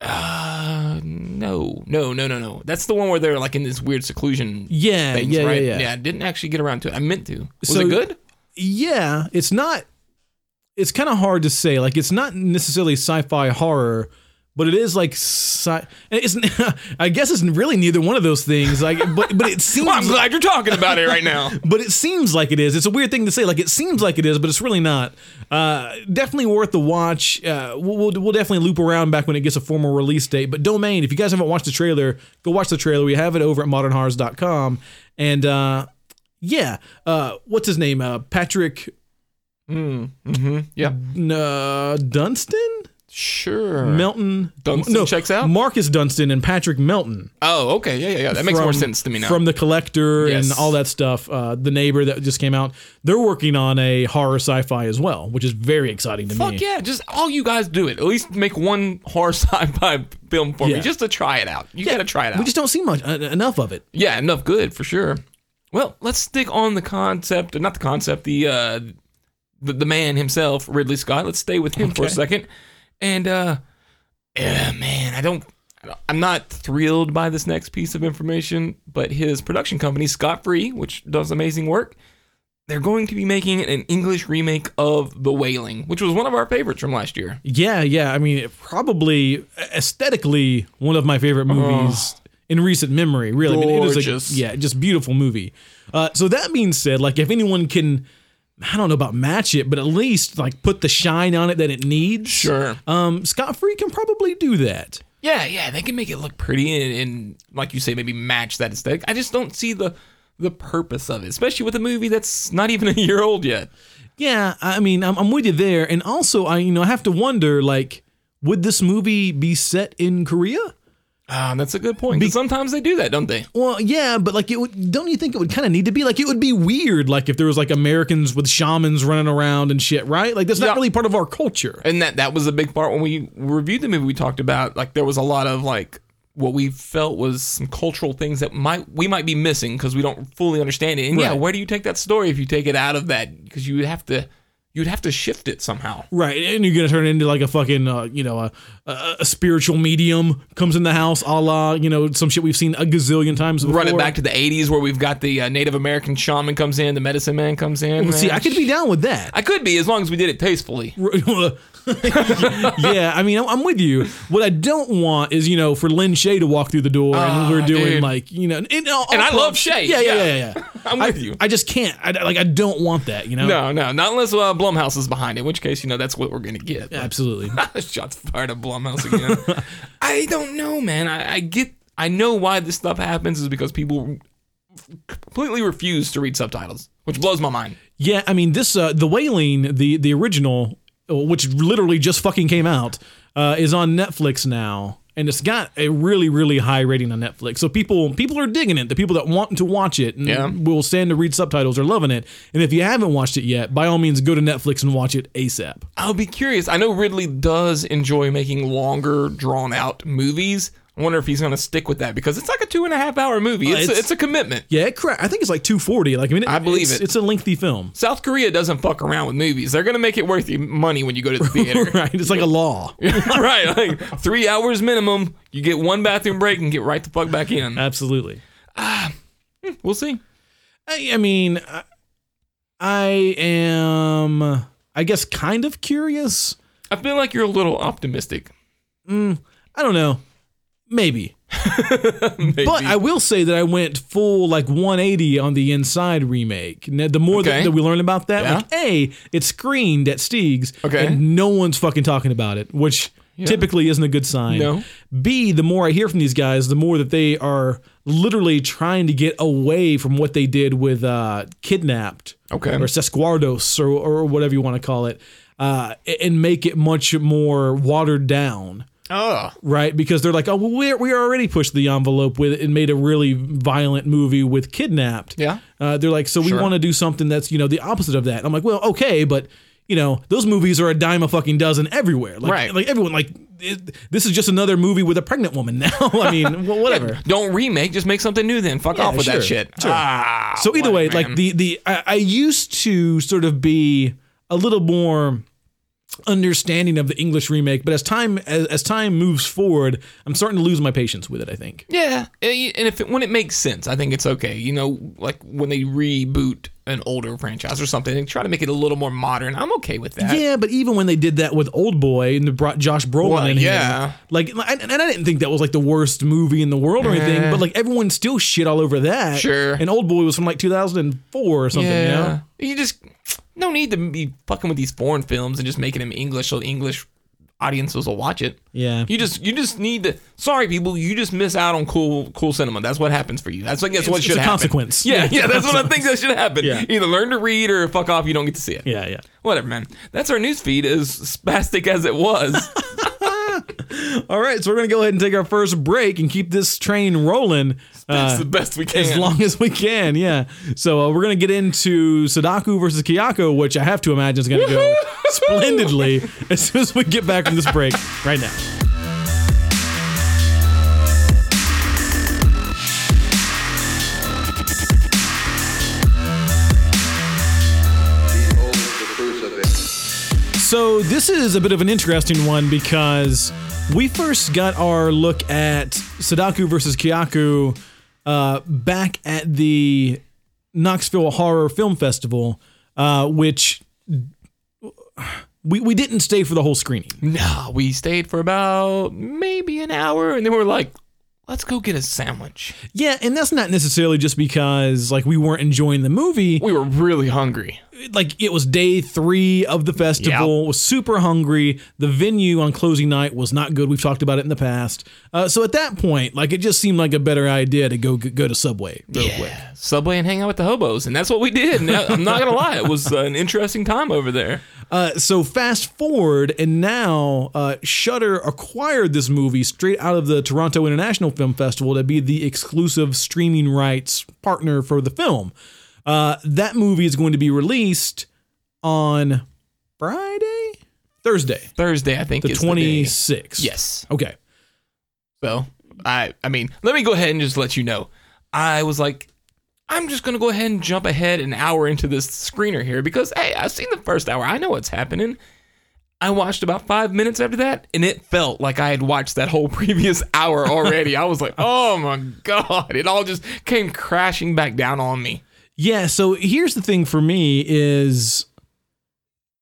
[SPEAKER 3] Uh, no, no, no, no, no. That's the one where they're like in this weird seclusion.
[SPEAKER 2] Yeah,
[SPEAKER 3] things,
[SPEAKER 2] yeah, yeah,
[SPEAKER 3] right?
[SPEAKER 2] yeah.
[SPEAKER 3] I didn't actually get around to it. I meant to. Was
[SPEAKER 2] So-
[SPEAKER 3] it good?
[SPEAKER 2] Yeah, it's not. It's kind of hard to say. Like, it's not necessarily sci-fi horror, but it is like sci. It's. I guess it's really neither one of those things. Like, but but it seems.
[SPEAKER 3] Well, I'm glad you're talking about it right now.
[SPEAKER 2] but it seems like it is. It's a weird thing to say. Like it seems like it is, but it's really not. Uh, definitely worth the watch. Uh, we'll, we'll we'll definitely loop around back when it gets a formal release date. But Domain, if you guys haven't watched the trailer, go watch the trailer. We have it over at modernhorrors.com. And uh, yeah, uh, what's his name? Uh, Patrick
[SPEAKER 3] Yeah.
[SPEAKER 2] uh, Dunstan?
[SPEAKER 3] Sure.
[SPEAKER 2] Melton.
[SPEAKER 3] Dunstan
[SPEAKER 2] no,
[SPEAKER 3] checks out?
[SPEAKER 2] Marcus Dunstan and Patrick Melton.
[SPEAKER 3] oh, okay. Yeah, yeah, yeah. That makes more sense to me now.
[SPEAKER 2] From The Collector
[SPEAKER 3] Yes.
[SPEAKER 2] and all that stuff. Uh, the Neighbor that just came out. They're working on a horror sci fi as well, which is very exciting to me.
[SPEAKER 3] Fuck yeah, just all you guys do it. At least make one horror sci-fi film for
[SPEAKER 2] Yeah.
[SPEAKER 3] me, just to try it out. You gotta try it out.
[SPEAKER 2] We just don't see much, uh, enough of it.
[SPEAKER 3] yeah, enough good for sure. Well, let's stick on the concept, not the concept, the uh, the, the man himself, Ridley Scott. Let's stay with him for a
[SPEAKER 2] Okay.
[SPEAKER 3] second. And uh, yeah, man, I don't, I don't- I'm not thrilled by this next piece of information, but his production company, Scott Free, which does amazing work, they're going to be making an English remake of The Wailing, which was one of our favorites from last year.
[SPEAKER 2] Yeah, yeah. I mean, it probably aesthetically one of my favorite movies in recent memory. Really, I mean, it
[SPEAKER 3] Gorgeous.
[SPEAKER 2] is a, yeah, just beautiful movie. Uh, so that being said, like if anyone can, I don't know about match it, but at least like put the shine on it that it needs.
[SPEAKER 3] Sure.
[SPEAKER 2] Um, Scott Free can probably do that.
[SPEAKER 3] Yeah, yeah, they can make it look pretty and, and like you say, maybe match that aesthetic. I just don't see the the purpose of it, especially with a movie that's not even a year old yet.
[SPEAKER 2] Yeah, I mean, I'm, I'm with you there. And also, I you know I have to wonder like, would this movie be set in Korea?
[SPEAKER 3] Ah, that's a good point. 'cause sometimes they do that, don't they?
[SPEAKER 2] Well, yeah, but like it would. Don't you think it would kind of need to be like it would be weird, like if there was like Americans with shamans running around and shit, right? Like that's
[SPEAKER 3] Yeah.
[SPEAKER 2] not really part of our culture.
[SPEAKER 3] And that that was a big part when we reviewed the movie. We talked about like there was a lot of like what we felt was some cultural things that might we might be missing because we don't fully understand it. And yeah,
[SPEAKER 2] Right.
[SPEAKER 3] where do you take that story if you take it out of that? Because you have to. you'd have to shift it somehow.
[SPEAKER 2] Right, and you're gonna turn into like a fucking, uh, you know, a, a a spiritual medium comes in the house, a la, you know, some shit we've seen a gazillion times. Before.
[SPEAKER 3] Run it back to the 80s where we've got the uh, Native American shaman comes in, the medicine man comes in.
[SPEAKER 2] Well, see,
[SPEAKER 3] man.
[SPEAKER 2] I could be down with that.
[SPEAKER 3] I could be as long as we did it tastefully.
[SPEAKER 2] yeah, I mean, I'm, I'm with you. What I don't want is, you know, for Lynn Shay to walk through the door and
[SPEAKER 3] Ah,
[SPEAKER 2] we're doing
[SPEAKER 3] dude.
[SPEAKER 2] like, you know, and, all-
[SPEAKER 3] And I
[SPEAKER 2] all-
[SPEAKER 3] love Shay,
[SPEAKER 2] Yeah, yeah,
[SPEAKER 3] yeah.
[SPEAKER 2] yeah, yeah. yeah.
[SPEAKER 3] I'm
[SPEAKER 2] I-
[SPEAKER 3] with you.
[SPEAKER 2] I just can't. I, like, I don't want that. You know.
[SPEAKER 3] No, no, not unless uh, Blumhouse is behind it, in which case, you know, that's what we're going to get.
[SPEAKER 2] Absolutely.
[SPEAKER 3] Shots fired at Blumhouse again. I don't know, man. I, I get, I know why this stuff happens is because people completely refuse to read subtitles, which blows my mind.
[SPEAKER 2] Yeah, I mean this uh, the Wailing the the original uh, which literally just fucking came out uh, is on Netflix now and it's got a really really high rating on Netflix. So people people are digging it. The people that want to watch it and
[SPEAKER 3] Yeah.
[SPEAKER 2] will stand to read subtitles are loving it. And if you haven't watched it yet, by all means go to Netflix and watch it ASAP.
[SPEAKER 3] I'll be curious. I know Ridley does enjoy making longer, drawn out movies. I wonder if he's going to stick with that because it's like a two and a half hour movie. It's,
[SPEAKER 2] it's-
[SPEAKER 3] a, it's a commitment.
[SPEAKER 2] Yeah, it cra- I think it's like 240. Like I mean it-
[SPEAKER 3] I believe
[SPEAKER 2] it's,
[SPEAKER 3] it.
[SPEAKER 2] it's a lengthy film.
[SPEAKER 3] South Korea doesn't fuck around with movies. They're going to make it worth your money when you go to the theater.
[SPEAKER 2] Right, it's like a law.
[SPEAKER 3] right, like three hours minimum. You get one bathroom break and get right the fuck back in.
[SPEAKER 2] Absolutely.
[SPEAKER 3] We'll see.
[SPEAKER 2] I, I mean, I, I am, I guess, kind of curious.
[SPEAKER 3] I feel like you're a little optimistic.
[SPEAKER 2] I don't know. Maybe.
[SPEAKER 3] Maybe.
[SPEAKER 2] But I will say that I went full like 180 on the Inside remake. Now, the more that,
[SPEAKER 3] Okay.
[SPEAKER 2] that we learn about that,
[SPEAKER 3] Yeah.
[SPEAKER 2] like, A, it's screened at Steve's
[SPEAKER 3] Okay.
[SPEAKER 2] and no one's fucking talking about it, which typically isn't a good sign.
[SPEAKER 3] No.
[SPEAKER 2] B, the more I hear from these guys, the more that they are literally trying to get away from what they did with uh, Kidnapped
[SPEAKER 3] Okay.
[SPEAKER 2] or Sesquardos or, or whatever you want to call it uh, a- and make it much more watered down
[SPEAKER 3] oh,
[SPEAKER 2] right? Because they're like, oh, well, we we already pushed the envelope with it and made a really violent movie with kidnapped.
[SPEAKER 3] Yeah.
[SPEAKER 2] uh, they're like, so we
[SPEAKER 3] Sure.
[SPEAKER 2] want to do something that's you know the opposite of that. I'm like, well, okay, but you know those movies are a dime a fucking dozen everywhere. Like,
[SPEAKER 3] Right.
[SPEAKER 2] Like everyone like. It, this is just another movie with a pregnant woman now. I mean, well, whatever.
[SPEAKER 3] don't remake. Just make something new. Then fuck off with
[SPEAKER 2] sure,
[SPEAKER 3] that shit.
[SPEAKER 2] sure.
[SPEAKER 3] Ah,
[SPEAKER 2] So either
[SPEAKER 3] what,
[SPEAKER 2] way,
[SPEAKER 3] man.
[SPEAKER 2] like the the I, I used to sort of be a little more understanding of the English remake, but as time as, as time moves forward, I'm starting to lose my patience with it. I think.
[SPEAKER 3] Yeah, eh, and if it, when it makes sense, I think it's okay. You know, like when they reboot an older franchise or something and try to make it a little more modern, I'm okay with that.
[SPEAKER 2] Yeah, but even when they did that with Old Boy and they brought Josh Brolin
[SPEAKER 3] Well,
[SPEAKER 2] in, here,
[SPEAKER 3] yeah.
[SPEAKER 2] like and I, and I didn't think that was like the worst movie in the world or anything,
[SPEAKER 3] Eh.
[SPEAKER 2] but like everyone still shit all over that.
[SPEAKER 3] Sure.
[SPEAKER 2] and Old Boy was from like 2004 or something. You know?
[SPEAKER 3] You just no need to be fucking with these foreign films and just making them English so the English audiences will watch it.
[SPEAKER 2] Yeah.
[SPEAKER 3] You just you just need to. Sorry, people, you just miss out on cool cool cinema. That's what happens for you. That's like that's what
[SPEAKER 2] It's-
[SPEAKER 3] should
[SPEAKER 2] it's a
[SPEAKER 3] happen.
[SPEAKER 2] consequence. Yeah,
[SPEAKER 3] Yeah,
[SPEAKER 2] it's
[SPEAKER 3] yeah,
[SPEAKER 2] a
[SPEAKER 3] that's what I think that should happen.
[SPEAKER 2] Yeah.
[SPEAKER 3] Either learn to read or fuck off. You don't get to see it.
[SPEAKER 2] Yeah, yeah.
[SPEAKER 3] Whatever, man. That's our news feed. As spastic as it was.
[SPEAKER 2] All right, so we're gonna go ahead and take our first break and keep this train rolling.
[SPEAKER 3] That's
[SPEAKER 2] uh,
[SPEAKER 3] the best we can.
[SPEAKER 2] as long as we can, yeah. So uh, we're gonna get into Sadako versus Kiyako, which I have to imagine is gonna go splendidly as soon as we get back from this break right now.
[SPEAKER 1] Behold the crucifix.
[SPEAKER 2] So this is a bit of an interesting one because we first got our look at Sadako versus Kyaku uh, back at the Knoxville Horror Film Festival, uh, which we, we didn't stay for the whole screening.
[SPEAKER 3] no, we stayed for about maybe an hour, and then we are like, let's go get a sandwich.
[SPEAKER 2] Yeah, and that's not necessarily just because like we weren't enjoying the movie.
[SPEAKER 3] We were really hungry.
[SPEAKER 2] like it was day three of the festival was super hungry the venue on closing night was not good we've talked about it in the past uh, so at that point like it just seemed like a better idea to go go to subway real quick
[SPEAKER 3] Subway and hang out with the hobos, and that's what we did. Now, I'm not gonna lie, it was an interesting time over there.
[SPEAKER 2] uh, so fast forward and now uh, shutter acquired this movie straight out of the toronto international film festival to be the exclusive streaming rights partner for the film uh, that movie is going to be released on friday thursday
[SPEAKER 3] Thursday, I think
[SPEAKER 2] the
[SPEAKER 3] is
[SPEAKER 2] twenty
[SPEAKER 3] day.
[SPEAKER 2] six.
[SPEAKER 3] Yes.
[SPEAKER 2] Okay.
[SPEAKER 3] So I, I mean, let me go ahead and just let you know. I was like, I'm just gonna go ahead and jump ahead an hour into this screener here because hey, I've seen the first hour. I know what's happening. I watched about five minutes after that, and it felt like I had watched that whole previous hour already. I was like, oh my god! It all just came crashing back down on me.
[SPEAKER 2] Yeah, so here's the thing for me is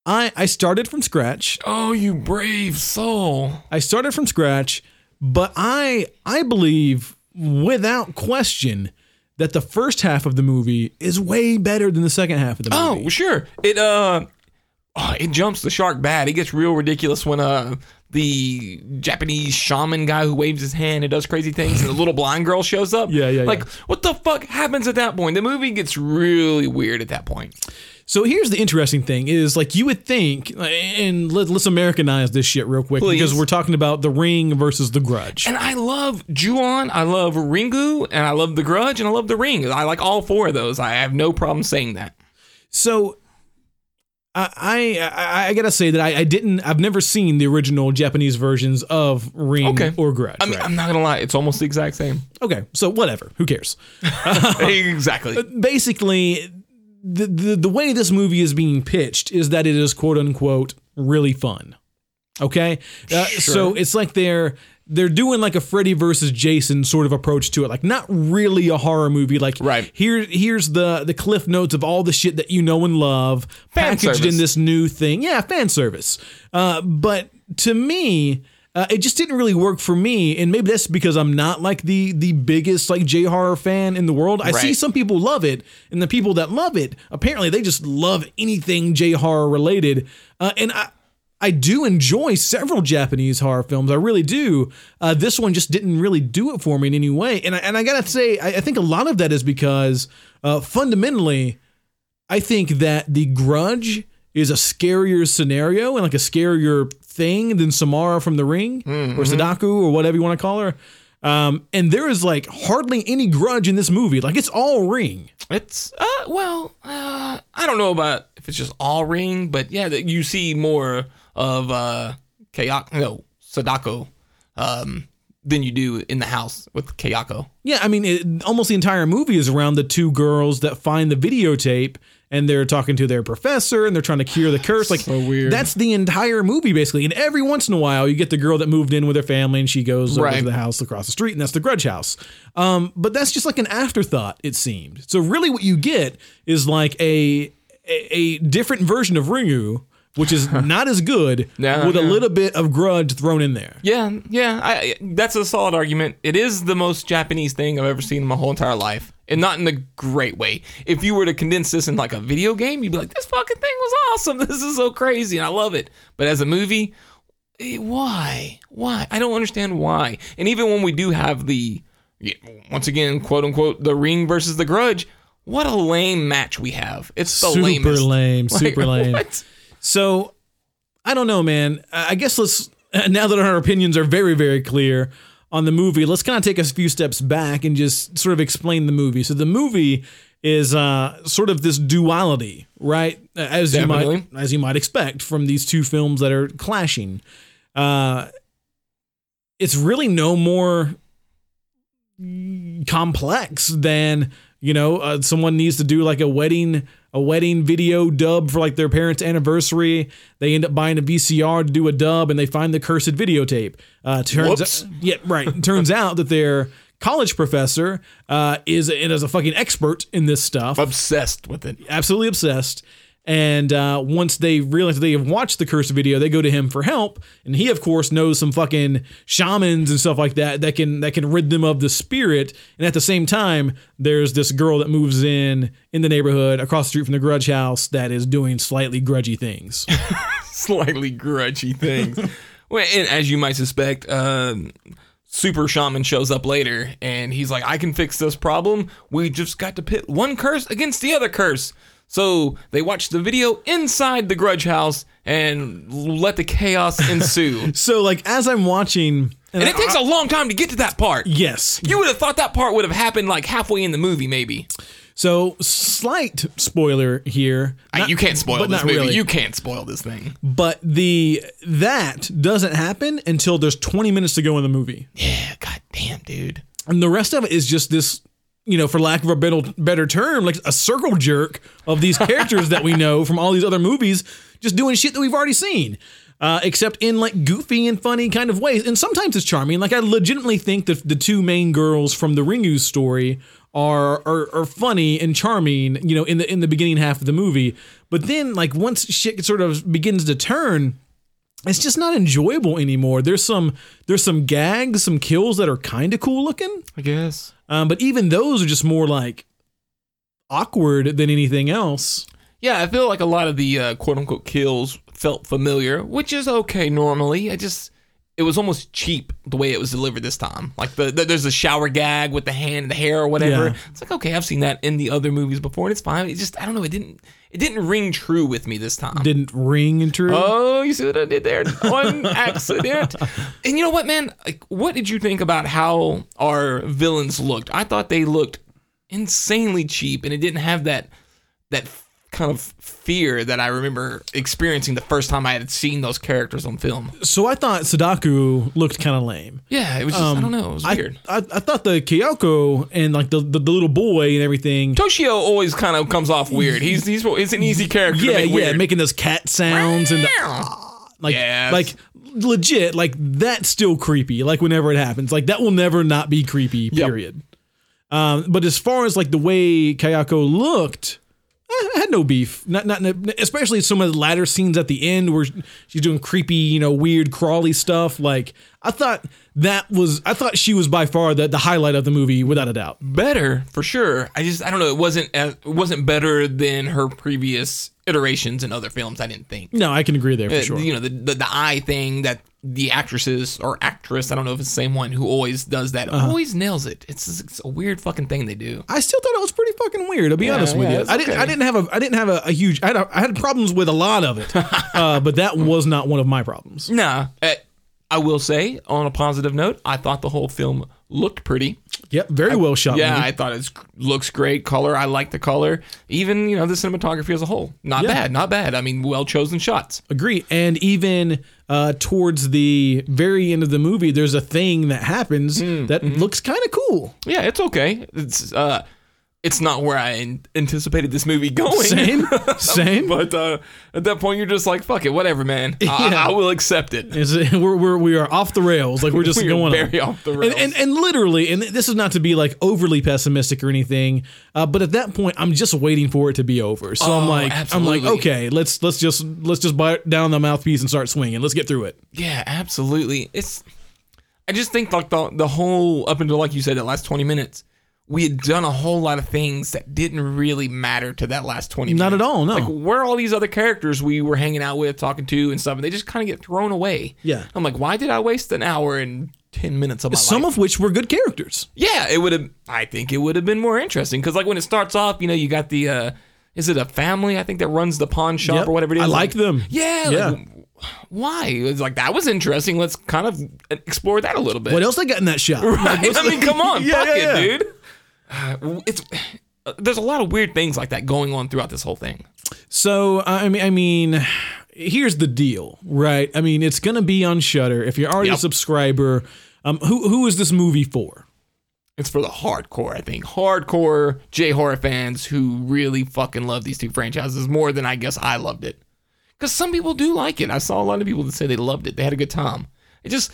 [SPEAKER 2] I I started from scratch.
[SPEAKER 3] Oh, you brave soul!
[SPEAKER 2] I started from scratch, but I I believe without question that the first half of the movie is way better than the second half of the
[SPEAKER 3] Oh,
[SPEAKER 2] movie.
[SPEAKER 3] well, sure. It uh, oh, it jumps the shark bad. It gets real ridiculous when uh the Japanese shaman guy who waves his hand and does crazy things, and the little blind girl shows up.
[SPEAKER 2] Yeah, yeah,
[SPEAKER 3] Like,
[SPEAKER 2] yeah.
[SPEAKER 3] what the fuck happens at that point? The movie gets really weird at that point.
[SPEAKER 2] So here's the interesting thing is like you would think and let, let's Americanize this shit real quick
[SPEAKER 3] Please.
[SPEAKER 2] because we're talking about The Ring versus The Grudge.
[SPEAKER 3] And I love Ju-on, I love Ringu, and I love The Grudge, and I love The Ring. I like all four of those. I have no problem saying that.
[SPEAKER 2] So I I, I, I gotta say that I, I didn't I've never seen the original Japanese versions of Ring
[SPEAKER 3] Okay.
[SPEAKER 2] or Grudge.
[SPEAKER 3] I mean,
[SPEAKER 2] right?
[SPEAKER 3] I'm not gonna lie, it's almost the exact same.
[SPEAKER 2] okay, so whatever, who cares?
[SPEAKER 3] exactly.
[SPEAKER 2] Basically, the, the the way this movie is being pitched is that it is quote unquote really fun. Okay, Uh, so
[SPEAKER 3] Sure.
[SPEAKER 2] it's like they're they're doing like a Freddy versus Jason sort of approach to it, like not really a horror movie. Like
[SPEAKER 3] Right.
[SPEAKER 2] here here's the the cliff notes of all the shit that you know and love
[SPEAKER 3] Fan
[SPEAKER 2] packaged in
[SPEAKER 3] service.
[SPEAKER 2] this new thing. Yeah, fan service. Uh, but to me. Uh, it just didn't really work for me, and maybe that's because I'm not like the the biggest like J horror fan in the world. I see
[SPEAKER 3] Right.
[SPEAKER 2] some people love it, and the people that love it apparently they just love anything J horror related. Uh, and I I do enjoy several Japanese horror films. I really do. Uh, this one just didn't really do it for me in any way. And I, and I gotta say, I, I think a lot of that is because uh, fundamentally, I think that the Grudge is a scarier scenario and like a scarier thing than Samara from The Ring or Sadako or whatever you want to call her. Um, and there is like hardly any grudge in this movie. Like it's all Ring.
[SPEAKER 3] It's uh well uh I don't know about if it's just all ring, but yeah, that you see more of uh Kayako no Sadako um than you do in the house with Kayako.
[SPEAKER 2] Yeah, I mean, it, almost the entire movie is around the two girls that find the videotape and they're talking to their professor and they're trying to cure the curse. Like,
[SPEAKER 3] So weird.
[SPEAKER 2] that's the entire movie basically. And every once in a while, you get the girl that moved in with her family and she goes over
[SPEAKER 3] Right.
[SPEAKER 2] to the house across the street and that's the Grudge House. Um, but that's just like an afterthought, it seemed. So really, what you get is like a a, a different version of Ringu. Which is not as good
[SPEAKER 3] No,
[SPEAKER 2] with a
[SPEAKER 3] no.
[SPEAKER 2] little bit of grudge thrown in there.
[SPEAKER 3] Yeah, yeah, I- I that's a solid argument. It is the most Japanese thing I've ever seen in my whole entire life. And not in a great way. If you were to condense this in like a video game, you'd be like, "This fucking thing was awesome. This is so crazy, and I love it." But as a movie, Eh, why why i don't understand why and even when we do have the yeah, once again quote unquote the ring versus the grudge what a lame match we have it's the
[SPEAKER 2] super
[SPEAKER 3] lamest
[SPEAKER 2] lame,
[SPEAKER 3] Like,
[SPEAKER 2] super lame.
[SPEAKER 3] what?
[SPEAKER 2] So I don't know, man. I I guess let's now that our opinions are very, very clear on the movie, let's kind of take a few steps back and just sort of explain the movie. So the movie is uh, sort of this duality, right? As you
[SPEAKER 3] Definitely.
[SPEAKER 2] might as you might expect from these two films that are clashing. Uh, it's really no more complex than you know uh, someone needs to do like a wedding a wedding video dub for like their parents anniversary they end up buying a vcr to do a dub and they find the cursed videotape uh turns
[SPEAKER 3] Whoops.
[SPEAKER 2] yeah right turns out that their college professor uh is and is a fucking expert in this stuff
[SPEAKER 3] obsessed with it
[SPEAKER 2] absolutely obsessed. And uh, once they realize that they have watched the cursed video, they go to him for help, and he, of course, knows some fucking shamans and stuff like that that can that can rid them of the spirit. And at the same time, there's this girl that moves in in the neighborhood across the street from the Grudge House that is doing slightly grudgy things.
[SPEAKER 3] slightly grudgy things well and as you might suspect um super shaman shows up later and he's like i can fix this problem we just got to pit one curse against the other curse so they watch the video inside the grudge house and let the chaos ensue
[SPEAKER 2] so, like as I'm watching, and
[SPEAKER 3] And
[SPEAKER 2] I-
[SPEAKER 3] it takes a long time to get to that part.
[SPEAKER 2] yes,
[SPEAKER 3] You would have thought that part would have happened like halfway in the movie, maybe.
[SPEAKER 2] so slight spoiler here.
[SPEAKER 3] Uh,
[SPEAKER 2] Not-
[SPEAKER 3] you can't spoil
[SPEAKER 2] but
[SPEAKER 3] this
[SPEAKER 2] not
[SPEAKER 3] movie.
[SPEAKER 2] really.
[SPEAKER 3] You can't spoil this thing.
[SPEAKER 2] but the that doesn't happen until there's 20 minutes to go in the movie.
[SPEAKER 3] Yeah, god damn, dude.
[SPEAKER 2] And the rest of it is just this you know, for lack of a better, better term, like a circle jerk of these characters that we know from all these other movies, just doing shit that we've already seen, uh, except in like goofy and funny kind of ways. And sometimes it's charming. Like I legitimately think that the two main girls from the Ringu story are, are are funny and charming, you know, in the in the beginning half of the movie. But then, like once shit sort of begins to turn, it's just not enjoyable anymore. There's some there's some gags, some kills that are kind of cool looking.
[SPEAKER 3] I guess.
[SPEAKER 2] Um, but even those are just more like awkward than anything else.
[SPEAKER 3] Yeah, I feel like a lot of the uh, quote unquote kills felt familiar, which is okay normally. I just it was almost cheap the way it was delivered this time. Like the, the there's a shower gag with the hand, the hair, or whatever.
[SPEAKER 2] Yeah.
[SPEAKER 3] It's like okay, I've seen that in the other movies before, and it's fine. It just I don't know. It didn't it didn't ring true with me this time.
[SPEAKER 2] Didn't ring true.
[SPEAKER 3] Oh, you see what I did there? On accident. And you know what, man? Like, what did you think about how our villains looked? I thought they looked insanely cheap, and it didn't have that that kind of fear that I remember experiencing the first time I had seen those characters on film.
[SPEAKER 2] so I thought Sadako looked kind of lame.
[SPEAKER 3] Yeah, it was just I don't know, Oh, it was weird.
[SPEAKER 2] Um, I, I, I thought the Kyoko and like the, the, the little boy and everything.
[SPEAKER 3] Toshio always kind of comes off weird. He's he's it's an easy character.
[SPEAKER 2] Yeah,
[SPEAKER 3] to make
[SPEAKER 2] yeah,
[SPEAKER 3] weird.
[SPEAKER 2] making those cat sounds and the, like
[SPEAKER 3] Yes.
[SPEAKER 2] like legit like that's still creepy. Like whenever it happens, like that will never not be creepy.
[SPEAKER 3] Yep.
[SPEAKER 2] Period. Um, but as far as like the way Kayako looked, I I had no beef. Not, not especially some of the latter scenes at the end where she's doing creepy, you know, weird crawly stuff. Like I thought that was, I thought she was by far the, the highlight of the movie without a doubt.
[SPEAKER 3] better for sure. I just I don't know. It wasn't as, it wasn't better than her previous iterations in other films. I didn't think.
[SPEAKER 2] No, I can agree there for
[SPEAKER 3] Uh,
[SPEAKER 2] sure.
[SPEAKER 3] You know the, the the eye thing that the actresses or actress I don't know if it's the same one who always does that
[SPEAKER 2] Uh-huh.
[SPEAKER 3] always nails it. It's, it's a weird fucking thing they do.
[SPEAKER 2] I still thought it was pretty fucking weird. I'll be honest with
[SPEAKER 3] yeah,
[SPEAKER 2] you.
[SPEAKER 3] it's
[SPEAKER 2] I didn't.
[SPEAKER 3] okay.
[SPEAKER 2] I didn't have a. I didn't have a, a huge. I had, a, I had problems with a lot of it, uh, but that was not one of my problems.
[SPEAKER 3] Nah, uh, I will say on a positive note, I thought the whole film looked pretty.
[SPEAKER 2] Yep, very well shot.
[SPEAKER 3] Yeah,
[SPEAKER 2] movie.
[SPEAKER 3] I thought it looks great. Color, I like the color. Even you know the cinematography as a whole, not
[SPEAKER 2] Yeah.
[SPEAKER 3] bad, not bad. I mean, well chosen shots.
[SPEAKER 2] agree. And even uh, towards the very end of the movie, there's a thing that happens
[SPEAKER 3] Hmm,
[SPEAKER 2] that
[SPEAKER 3] mm-hmm.
[SPEAKER 2] looks kind of cool.
[SPEAKER 3] Yeah, it's okay. It's uh, it's not where I an- anticipated this movie going.
[SPEAKER 2] Same, same.
[SPEAKER 3] But uh, at that point, you're just like, "Fuck it, whatever, man. I,
[SPEAKER 2] Yeah.
[SPEAKER 3] I will accept it."
[SPEAKER 2] Is it, we're, we're we are off the rails. Like we're just
[SPEAKER 3] We are
[SPEAKER 2] going
[SPEAKER 3] very
[SPEAKER 2] on.
[SPEAKER 3] off the rails.
[SPEAKER 2] And, and and literally, and this is not to be like overly pessimistic or anything, uh, but at that point, I'm just waiting for it to be over. So I'm
[SPEAKER 3] Oh,
[SPEAKER 2] like, I'm
[SPEAKER 3] absolutely.
[SPEAKER 2] like, okay, let's let's just let's just bite down the mouthpiece and start swinging. Let's get through it.
[SPEAKER 3] Yeah, absolutely. It's. I just think like the the whole up until like you said that last twenty minutes, we had done a whole lot of things that didn't really matter to that last twenty.
[SPEAKER 2] Not at
[SPEAKER 3] minutes.
[SPEAKER 2] all, no.
[SPEAKER 3] Like where are all these other characters we were hanging out with, talking to, and stuff, and they just kind of get thrown away.
[SPEAKER 2] Yeah.
[SPEAKER 3] I'm like, why did I waste an hour and ten minutes of my life?
[SPEAKER 2] Some of which were good characters.
[SPEAKER 3] Yeah, it would have. I think it would have been more interesting because, like, when it starts off, you know, you got the. uh Is it a family? I think that runs the pawn shop
[SPEAKER 2] Yep.
[SPEAKER 3] or whatever it is.
[SPEAKER 2] I like them.
[SPEAKER 3] Yeah.
[SPEAKER 2] Yeah.
[SPEAKER 3] Like, why? It's like that was interesting. Let's kind of explore that a little bit.
[SPEAKER 2] What else they got in that shop? Like,
[SPEAKER 3] Right?
[SPEAKER 2] what's
[SPEAKER 3] I mean, come on,
[SPEAKER 2] Yeah,
[SPEAKER 3] fuck
[SPEAKER 2] yeah, yeah.
[SPEAKER 3] it, dude. Uh, It's uh, there's a lot of weird things like that going on throughout this whole thing.
[SPEAKER 2] So I mean, I mean, here's the deal, right? I mean, it's gonna be on Shutter. If you're already a
[SPEAKER 3] Yep.
[SPEAKER 2] subscriber, um, who who is this movie for?
[SPEAKER 3] It's for the hardcore, I think. Hardcore J horror fans who really fucking love these two franchises more than I guess I loved it. Because some people do like it. I saw a lot of people that say they loved it. They had a good time. It just,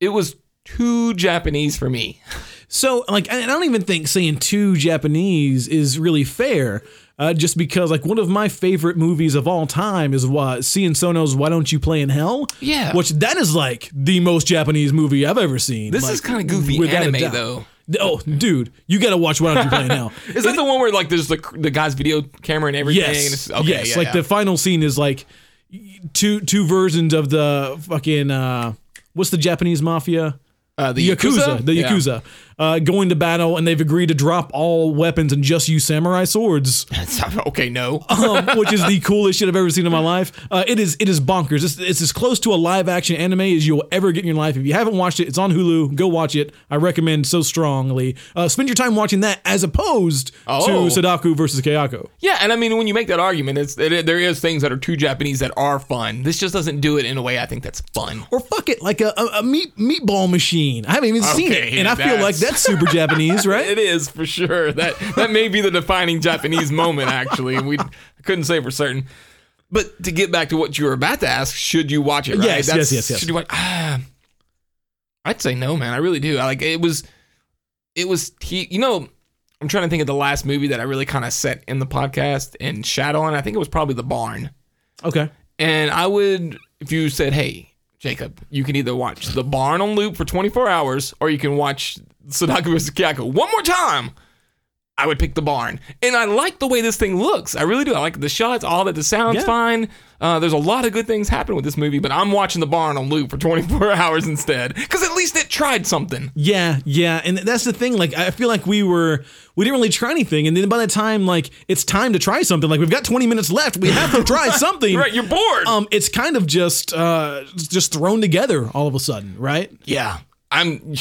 [SPEAKER 3] it was too Japanese for me.
[SPEAKER 2] So like, and I don't even think saying two Japanese is really fair. Uh, just because, like, one of my favorite movies of all time is why C and Sono's "Why Don't You Play in Hell?"
[SPEAKER 3] Yeah.
[SPEAKER 2] which that is like the most Japanese movie I've ever seen.
[SPEAKER 3] This
[SPEAKER 2] like,
[SPEAKER 3] is kind of goofy
[SPEAKER 2] without a
[SPEAKER 3] anime,
[SPEAKER 2] doubt.
[SPEAKER 3] though.
[SPEAKER 2] Oh, dude, you got to watch "Why Don't You Play in Hell."
[SPEAKER 3] Is that the one where like there's the the guy's video camera and everything? And
[SPEAKER 2] Yes.
[SPEAKER 3] it's, okay,
[SPEAKER 2] yes.
[SPEAKER 3] yeah,
[SPEAKER 2] like
[SPEAKER 3] yeah.
[SPEAKER 2] the final scene is like two two versions of the fucking uh what's the Japanese mafia?
[SPEAKER 3] uh, the
[SPEAKER 2] Yakuza, the
[SPEAKER 3] Yeah.
[SPEAKER 2] Yakuza, uh, going to battle, and they've agreed to drop all weapons and just use samurai swords,
[SPEAKER 3] okay, no.
[SPEAKER 2] um, which is the coolest shit I've ever seen in my life. Uh, it is, it is bonkers. It's, it's as close to a live action anime as you'll ever get in your life. If you haven't watched it, it's on Hulu. Go watch it. I recommend so strongly. Uh, spend your time watching that as opposed
[SPEAKER 3] Oh.
[SPEAKER 2] to Sadako versus Kayako.
[SPEAKER 3] Yeah, and I mean, when you make that argument, it's it, there is things that are too Japanese that are fun. This just doesn't do it in a way I think that's fun.
[SPEAKER 2] or fuck it, like a, a, a meat meatball machine. I haven't even seen it,
[SPEAKER 3] Okay,
[SPEAKER 2] and I feel like
[SPEAKER 3] that's-
[SPEAKER 2] That's super Japanese, right?
[SPEAKER 3] It is for sure. That that may be the defining Japanese moment. Actually, we I couldn't say for certain. But to get back to what you were about to ask, should you watch it? Right?
[SPEAKER 2] Yes, yes, yes, yes.
[SPEAKER 3] Should you watch? Ah, I'd say no, man. I really do. I like it was, it was. He, you know, I'm trying to think of the last movie that I really kind of set in the podcast and shat on. I think it was probably The Barn.
[SPEAKER 2] Okay.
[SPEAKER 3] And I would, if you said, hey, Jacob, you can either watch The Barn on loop for 24 hours or you can watch Sadako vs. Kiyako one more time, I would pick The Barn. And I like the way this thing looks. I really do. I like the shots, all that. The sound's
[SPEAKER 2] Yeah.
[SPEAKER 3] fine. Uh, there's a lot of good things happening with this movie, but I'm watching The Barn on loop for 24 hours instead because at least it tried something.
[SPEAKER 2] Yeah, yeah, and that's the thing. Like, I feel like we were we didn't really try anything, and then by the time like it's time to try something, like we've got twenty minutes left, we have to try something.
[SPEAKER 3] Right, you're bored.
[SPEAKER 2] Um, it's kind of just uh just thrown together all of a sudden, right?
[SPEAKER 3] Yeah. I'm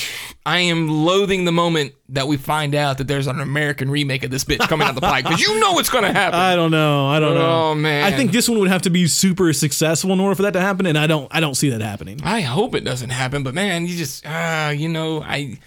[SPEAKER 3] I am loathing the moment that we find out that there's an American remake of this bitch coming out the pike because you know it's gonna happen.
[SPEAKER 2] I don't know. I don't know.
[SPEAKER 3] Oh, man.
[SPEAKER 2] I think this one would have to be super successful in order for that to happen, and I don't I don't see that happening.
[SPEAKER 3] I hope it doesn't happen, but man, you just ah, you know, I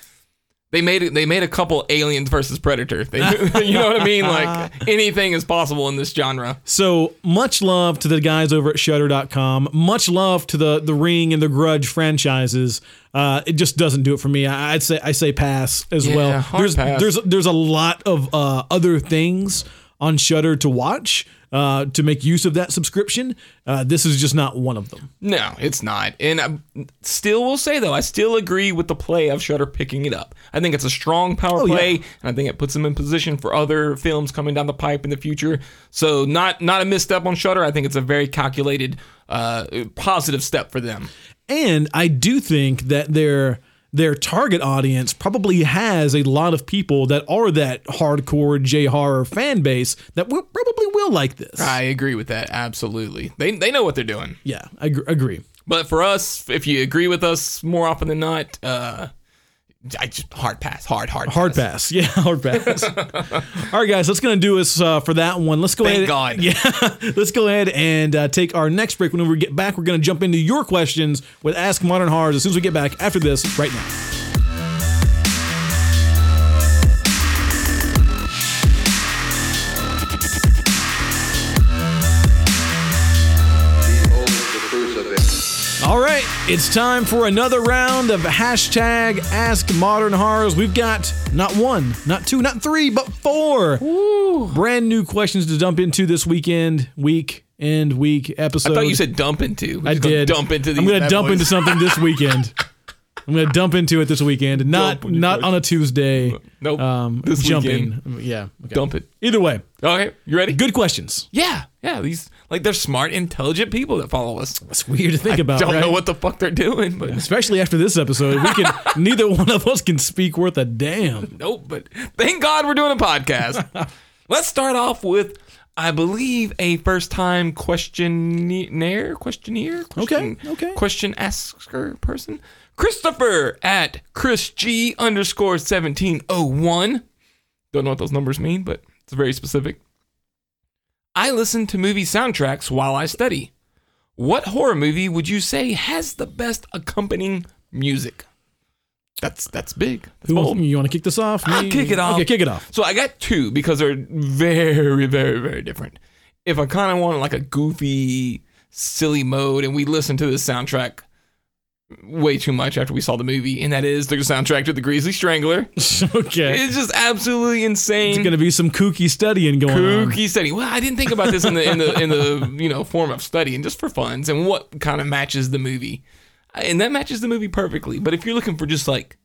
[SPEAKER 3] they made it, they made a couple aliens versus predator. They, you know what I mean? Like anything is possible in this genre.
[SPEAKER 2] So much love to the guys over at Shudder.com. Much love to the the Ring and the Grudge franchises. Uh, it just doesn't do it for me. I, I'd say I say pass as
[SPEAKER 3] Yeah,
[SPEAKER 2] well.
[SPEAKER 3] hard
[SPEAKER 2] there's
[SPEAKER 3] pass.
[SPEAKER 2] there's there's a lot of uh, other things on Shudder to watch uh, to make use of that subscription. Uh, this is just not one of them.
[SPEAKER 3] No, it's not. And I still will say though, I still agree with the play of Shutter picking it up. I think it's a strong power
[SPEAKER 2] yeah.
[SPEAKER 3] play, and I think it puts them in position for other films coming down the pipe in the future. So not not a misstep on Shutter. I think it's a very calculated, uh, positive step for them.
[SPEAKER 2] And I do think that their their target audience probably has a lot of people that are that hardcore J horror fan base that will, probably will like this.
[SPEAKER 3] I agree with that absolutely. They they know what they're doing.
[SPEAKER 2] Yeah, I gr- agree.
[SPEAKER 3] But for us, if you agree with us more often than not, uh, I just hard pass, hard hard
[SPEAKER 2] Hard pass. Yeah, hard pass. All right, guys, that's going to do us uh, for that one. Let's go
[SPEAKER 3] Thank
[SPEAKER 2] ahead.
[SPEAKER 3] God.
[SPEAKER 2] Yeah, let's go ahead and uh, take our next break. When we get back, we're going to jump into your questions with Ask Modern Horrors as soon as we get back after this right now.
[SPEAKER 1] Behold the crucifix.
[SPEAKER 2] All right, it's time for another round of hashtag Ask Modern Horrors. We've got not one, not two, not three, but four brand new questions to dump into this weekend, week, and week episode.
[SPEAKER 3] I thought you said dump into. We're
[SPEAKER 2] I
[SPEAKER 3] just gonna
[SPEAKER 2] did.
[SPEAKER 3] Dump into. These
[SPEAKER 2] I'm going to
[SPEAKER 3] bad
[SPEAKER 2] dump
[SPEAKER 3] boys.
[SPEAKER 2] into something this weekend. I'm going to dump into it this weekend. Not
[SPEAKER 3] into
[SPEAKER 2] not
[SPEAKER 3] it.
[SPEAKER 2] on a Tuesday.
[SPEAKER 3] Nope.
[SPEAKER 2] Um,
[SPEAKER 3] This
[SPEAKER 2] jump
[SPEAKER 3] weekend.
[SPEAKER 2] in. Yeah. okay.
[SPEAKER 3] Dump it.
[SPEAKER 2] Either way,
[SPEAKER 3] Okay, you ready?
[SPEAKER 2] good questions.
[SPEAKER 3] Yeah, yeah. These like they're smart, intelligent people that follow us.
[SPEAKER 2] It's weird to think about.
[SPEAKER 3] Don't
[SPEAKER 2] right?
[SPEAKER 3] know what the fuck they're doing, but
[SPEAKER 2] Especially after this episode, we can neither one of us can speak worth a damn.
[SPEAKER 3] nope. But thank God we're doing a podcast. Let's start off with, I believe, a first-time questionnaire, questionnaire, question,
[SPEAKER 2] okay.
[SPEAKER 3] question asker person, Christopher at Chris G underscore seventeen oh one. Don't know what those numbers mean, but it's very specific. I listen to movie soundtracks while I study. What horror movie would you say has the best accompanying music? That's that's big. That's
[SPEAKER 2] Who
[SPEAKER 3] bold.
[SPEAKER 2] wants, you want to kick this off?
[SPEAKER 3] I'll
[SPEAKER 2] Me?
[SPEAKER 3] Ah, kick it off.
[SPEAKER 2] Okay, kick it off.
[SPEAKER 3] So I got two because they're very, very, very different. If I kind of want like a goofy, silly mode, and we listened to the soundtrack way too much after we saw the movie, and that is the soundtrack to The Greasy Strangler.
[SPEAKER 2] okay.
[SPEAKER 3] It's just absolutely insane.
[SPEAKER 2] It's going to be some kooky studying going on.
[SPEAKER 3] Kooky study. Well, I didn't think about this in the in the in the you know form of studying, just for funs, and what kind of matches the movie, and that matches the movie perfectly. But if you're looking for just like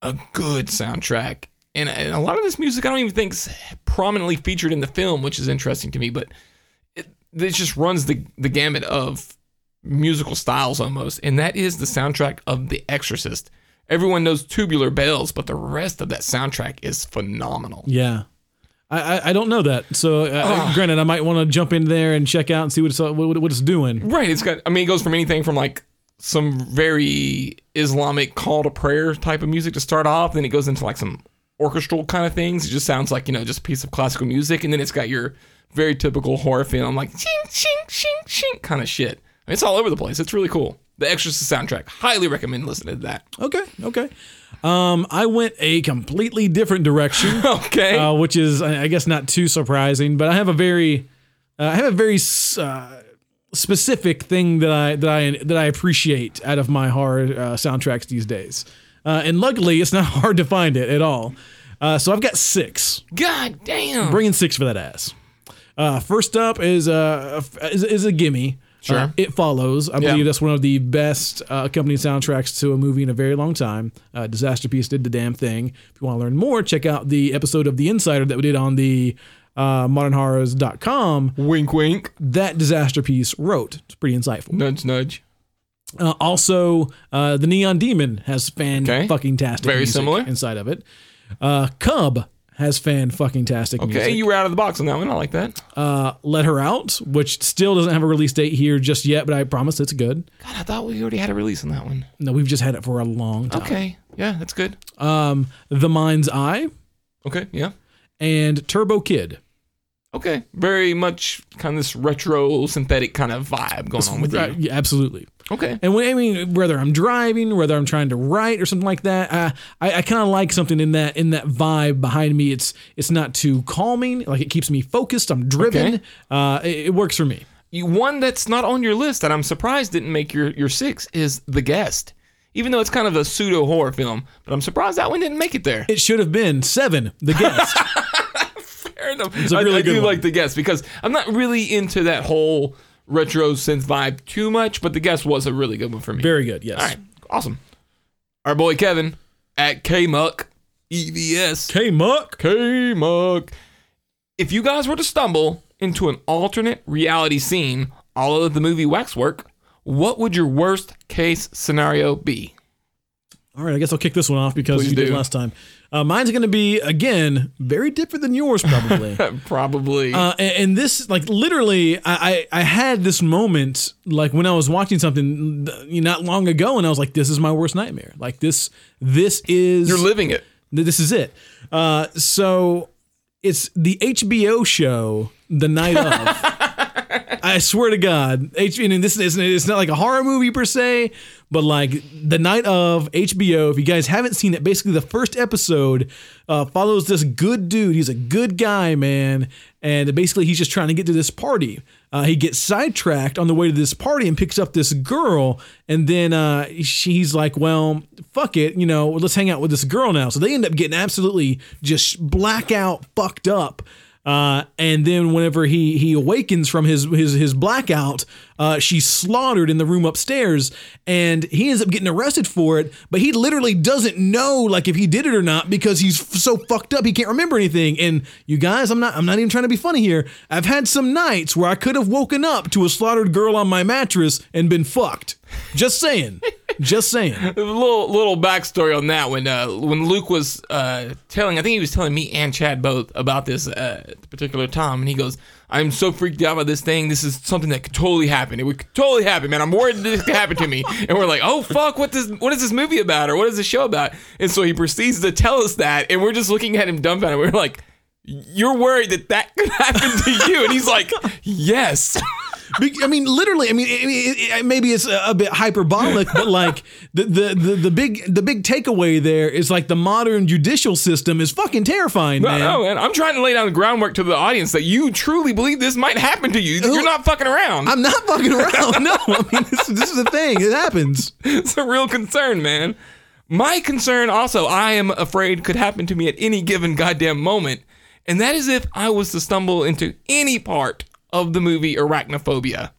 [SPEAKER 3] a good soundtrack, and, and a lot of this music, I don't even think is prominently featured in the film, which is interesting to me. But it, it just runs the the gamut of musical styles almost, and that is the soundtrack of The Exorcist. Everyone knows Tubular Bells, but the rest of that soundtrack is phenomenal.
[SPEAKER 2] Yeah. I, I, I don't know that. So,
[SPEAKER 3] Ah.
[SPEAKER 2] uh, granted, I might want to jump in there and check out and see what it's, what, what it's doing.
[SPEAKER 3] Right. It's got. I mean, it goes from anything from like some very Islamic call to prayer type of music to start off, then it goes into like some orchestral kind of things. It just sounds like you know just a piece of classical music, and then it's got your very typical horror film like ching ching ching ching kind of shit. I mean, it's all over the place. It's really cool. The Exorcist soundtrack. Highly recommend listening to that.
[SPEAKER 2] Okay, okay. Um, I went a completely different direction,
[SPEAKER 3] Okay.
[SPEAKER 2] uh, which is, I I guess, not too surprising. But I have a very, uh, I have a very s- uh, specific thing that I that I that I appreciate out of my horror uh, soundtracks these days, uh, and luckily, it's not hard to find it at all. Uh, so I've got six.
[SPEAKER 3] God damn.
[SPEAKER 2] Bringing six for that ass. Uh, first up is uh, is, is a gimme.
[SPEAKER 3] Sure.
[SPEAKER 2] Uh, it follows. I believe
[SPEAKER 3] Yeah.
[SPEAKER 2] that's one of the best uh, accompanying soundtracks to a movie in a very long time. Uh, Disaster Piece did the damn thing. If you want to learn more, check out the episode of The Insider that we did on the uh, modernhorrors.com
[SPEAKER 3] wink, wink.
[SPEAKER 2] that Disaster Piece wrote. It's pretty insightful.
[SPEAKER 3] Nudge, nudge.
[SPEAKER 2] Uh, also, uh, The Neon Demon has fan
[SPEAKER 3] Okay.
[SPEAKER 2] fucking tastic
[SPEAKER 3] Very similar.
[SPEAKER 2] inside of it. Uh, Cub has fan fucking tastic
[SPEAKER 3] Okay, you were out of the box on that one. I like that.
[SPEAKER 2] uh, Let Her Out, which still doesn't have a release date here just yet, but I promise it's good.
[SPEAKER 3] God, I thought we already had a release on that one.
[SPEAKER 2] No, we've just had it for a long time.
[SPEAKER 3] Okay. Yeah, that's good.
[SPEAKER 2] Um, the Mind's Eye
[SPEAKER 3] Okay. Yeah.
[SPEAKER 2] and Turbo Kid.
[SPEAKER 3] Okay. Very much kind of this retro synthetic kind of vibe going on with
[SPEAKER 2] Uh,
[SPEAKER 3] you.
[SPEAKER 2] yeah, absolutely.
[SPEAKER 3] Okay.
[SPEAKER 2] And when, I mean, whether I'm driving, whether I'm trying to write or something like that, uh, I, I kind of like something in that in that vibe behind me. It's it's not too calming. Like it keeps me focused. I'm driven.
[SPEAKER 3] Okay.
[SPEAKER 2] Uh, it, it works for me.
[SPEAKER 3] You, one that's not on your list that I'm surprised didn't make your, your six is The Guest. Even though it's kind of a pseudo horror film, but I'm surprised that one didn't make it there.
[SPEAKER 2] It should have been seven. The guest.
[SPEAKER 3] Fair enough.
[SPEAKER 2] a
[SPEAKER 3] I-
[SPEAKER 2] really
[SPEAKER 3] I,
[SPEAKER 2] good
[SPEAKER 3] do
[SPEAKER 2] one.
[SPEAKER 3] like The Guest because I'm not really into that whole retro synth vibe too much, but The Guest was a really good one for me.
[SPEAKER 2] Very good. Yes.
[SPEAKER 3] All right. Awesome. Our boy Kevin at E KMuck, EVS.
[SPEAKER 2] K Muck.
[SPEAKER 3] K Muck. If you guys were to stumble into an alternate reality scene, all of the movie Waxwork, what would your worst case scenario be?
[SPEAKER 2] All right, I guess I'll kick this one off because
[SPEAKER 3] Please
[SPEAKER 2] you did
[SPEAKER 3] do.
[SPEAKER 2] last time. Uh, mine's going to be again very different than yours probably. uh,
[SPEAKER 3] Probably.
[SPEAKER 2] and, and this, like, literally, I, I I had this moment like when I was watching something th- not long ago, and I was like, "This is my worst nightmare. Like this, this is
[SPEAKER 3] You're living it.
[SPEAKER 2] th- this is it." Uh, so it's the HBO show, The Night of. I swear to God, H- and this isn't it's not like a horror movie per se, but like the night of HBO. If you guys haven't seen it, basically the first episode uh, follows this good dude. He's a good guy, man, and basically he's just trying to get to this party. Uh, he gets sidetracked on the way to this party and picks up this girl, and then uh, she's like, "Well, fuck it, you know, let's hang out with this girl now." So they end up getting absolutely just blackout fucked up. Uh, and then whenever he he awakens from his his his blackout, uh, she's slaughtered in the room upstairs, and he ends up getting arrested for it. But he literally doesn't know like if he did it or not because he's f- so fucked up he can't remember anything. And you guys, I'm not I'm not even trying to be funny here. I've had some nights where I could have woken up to a slaughtered girl on my mattress and been fucked. Just saying, just saying.
[SPEAKER 3] A little little backstory on that when uh, when Luke was uh, telling, I think he was telling me and Chad both about this uh, particular time, and he goes, "I'm so freaked out by this thing. This is something that could totally happen. It would could totally happen, man. I'm worried this could happen to me." And we're like, "Oh fuck, what this? What is this movie about, or what is this show about?" And so he proceeds to tell us that, and we're just looking at him dumbfounded. We're like. You're worried that that could happen to you, and he's like, "Yes."
[SPEAKER 2] Be- I mean, literally. I mean, it, it, it, maybe it's a, a bit hyperbolic, but like the, the the the big the big takeaway there is like the modern judicial system is fucking terrifying,
[SPEAKER 3] No,
[SPEAKER 2] man.
[SPEAKER 3] no, man. oh, I'm trying to lay down the groundwork to the audience that you truly believe this might happen to you. You're not fucking around.
[SPEAKER 2] I'm not fucking around. No, I mean this, this is a thing. It happens.
[SPEAKER 3] it's a real concern, man. My concern also, I am afraid could happen to me at any given goddamn moment, and that is if I was to stumble into any part of the movie Arachnophobia.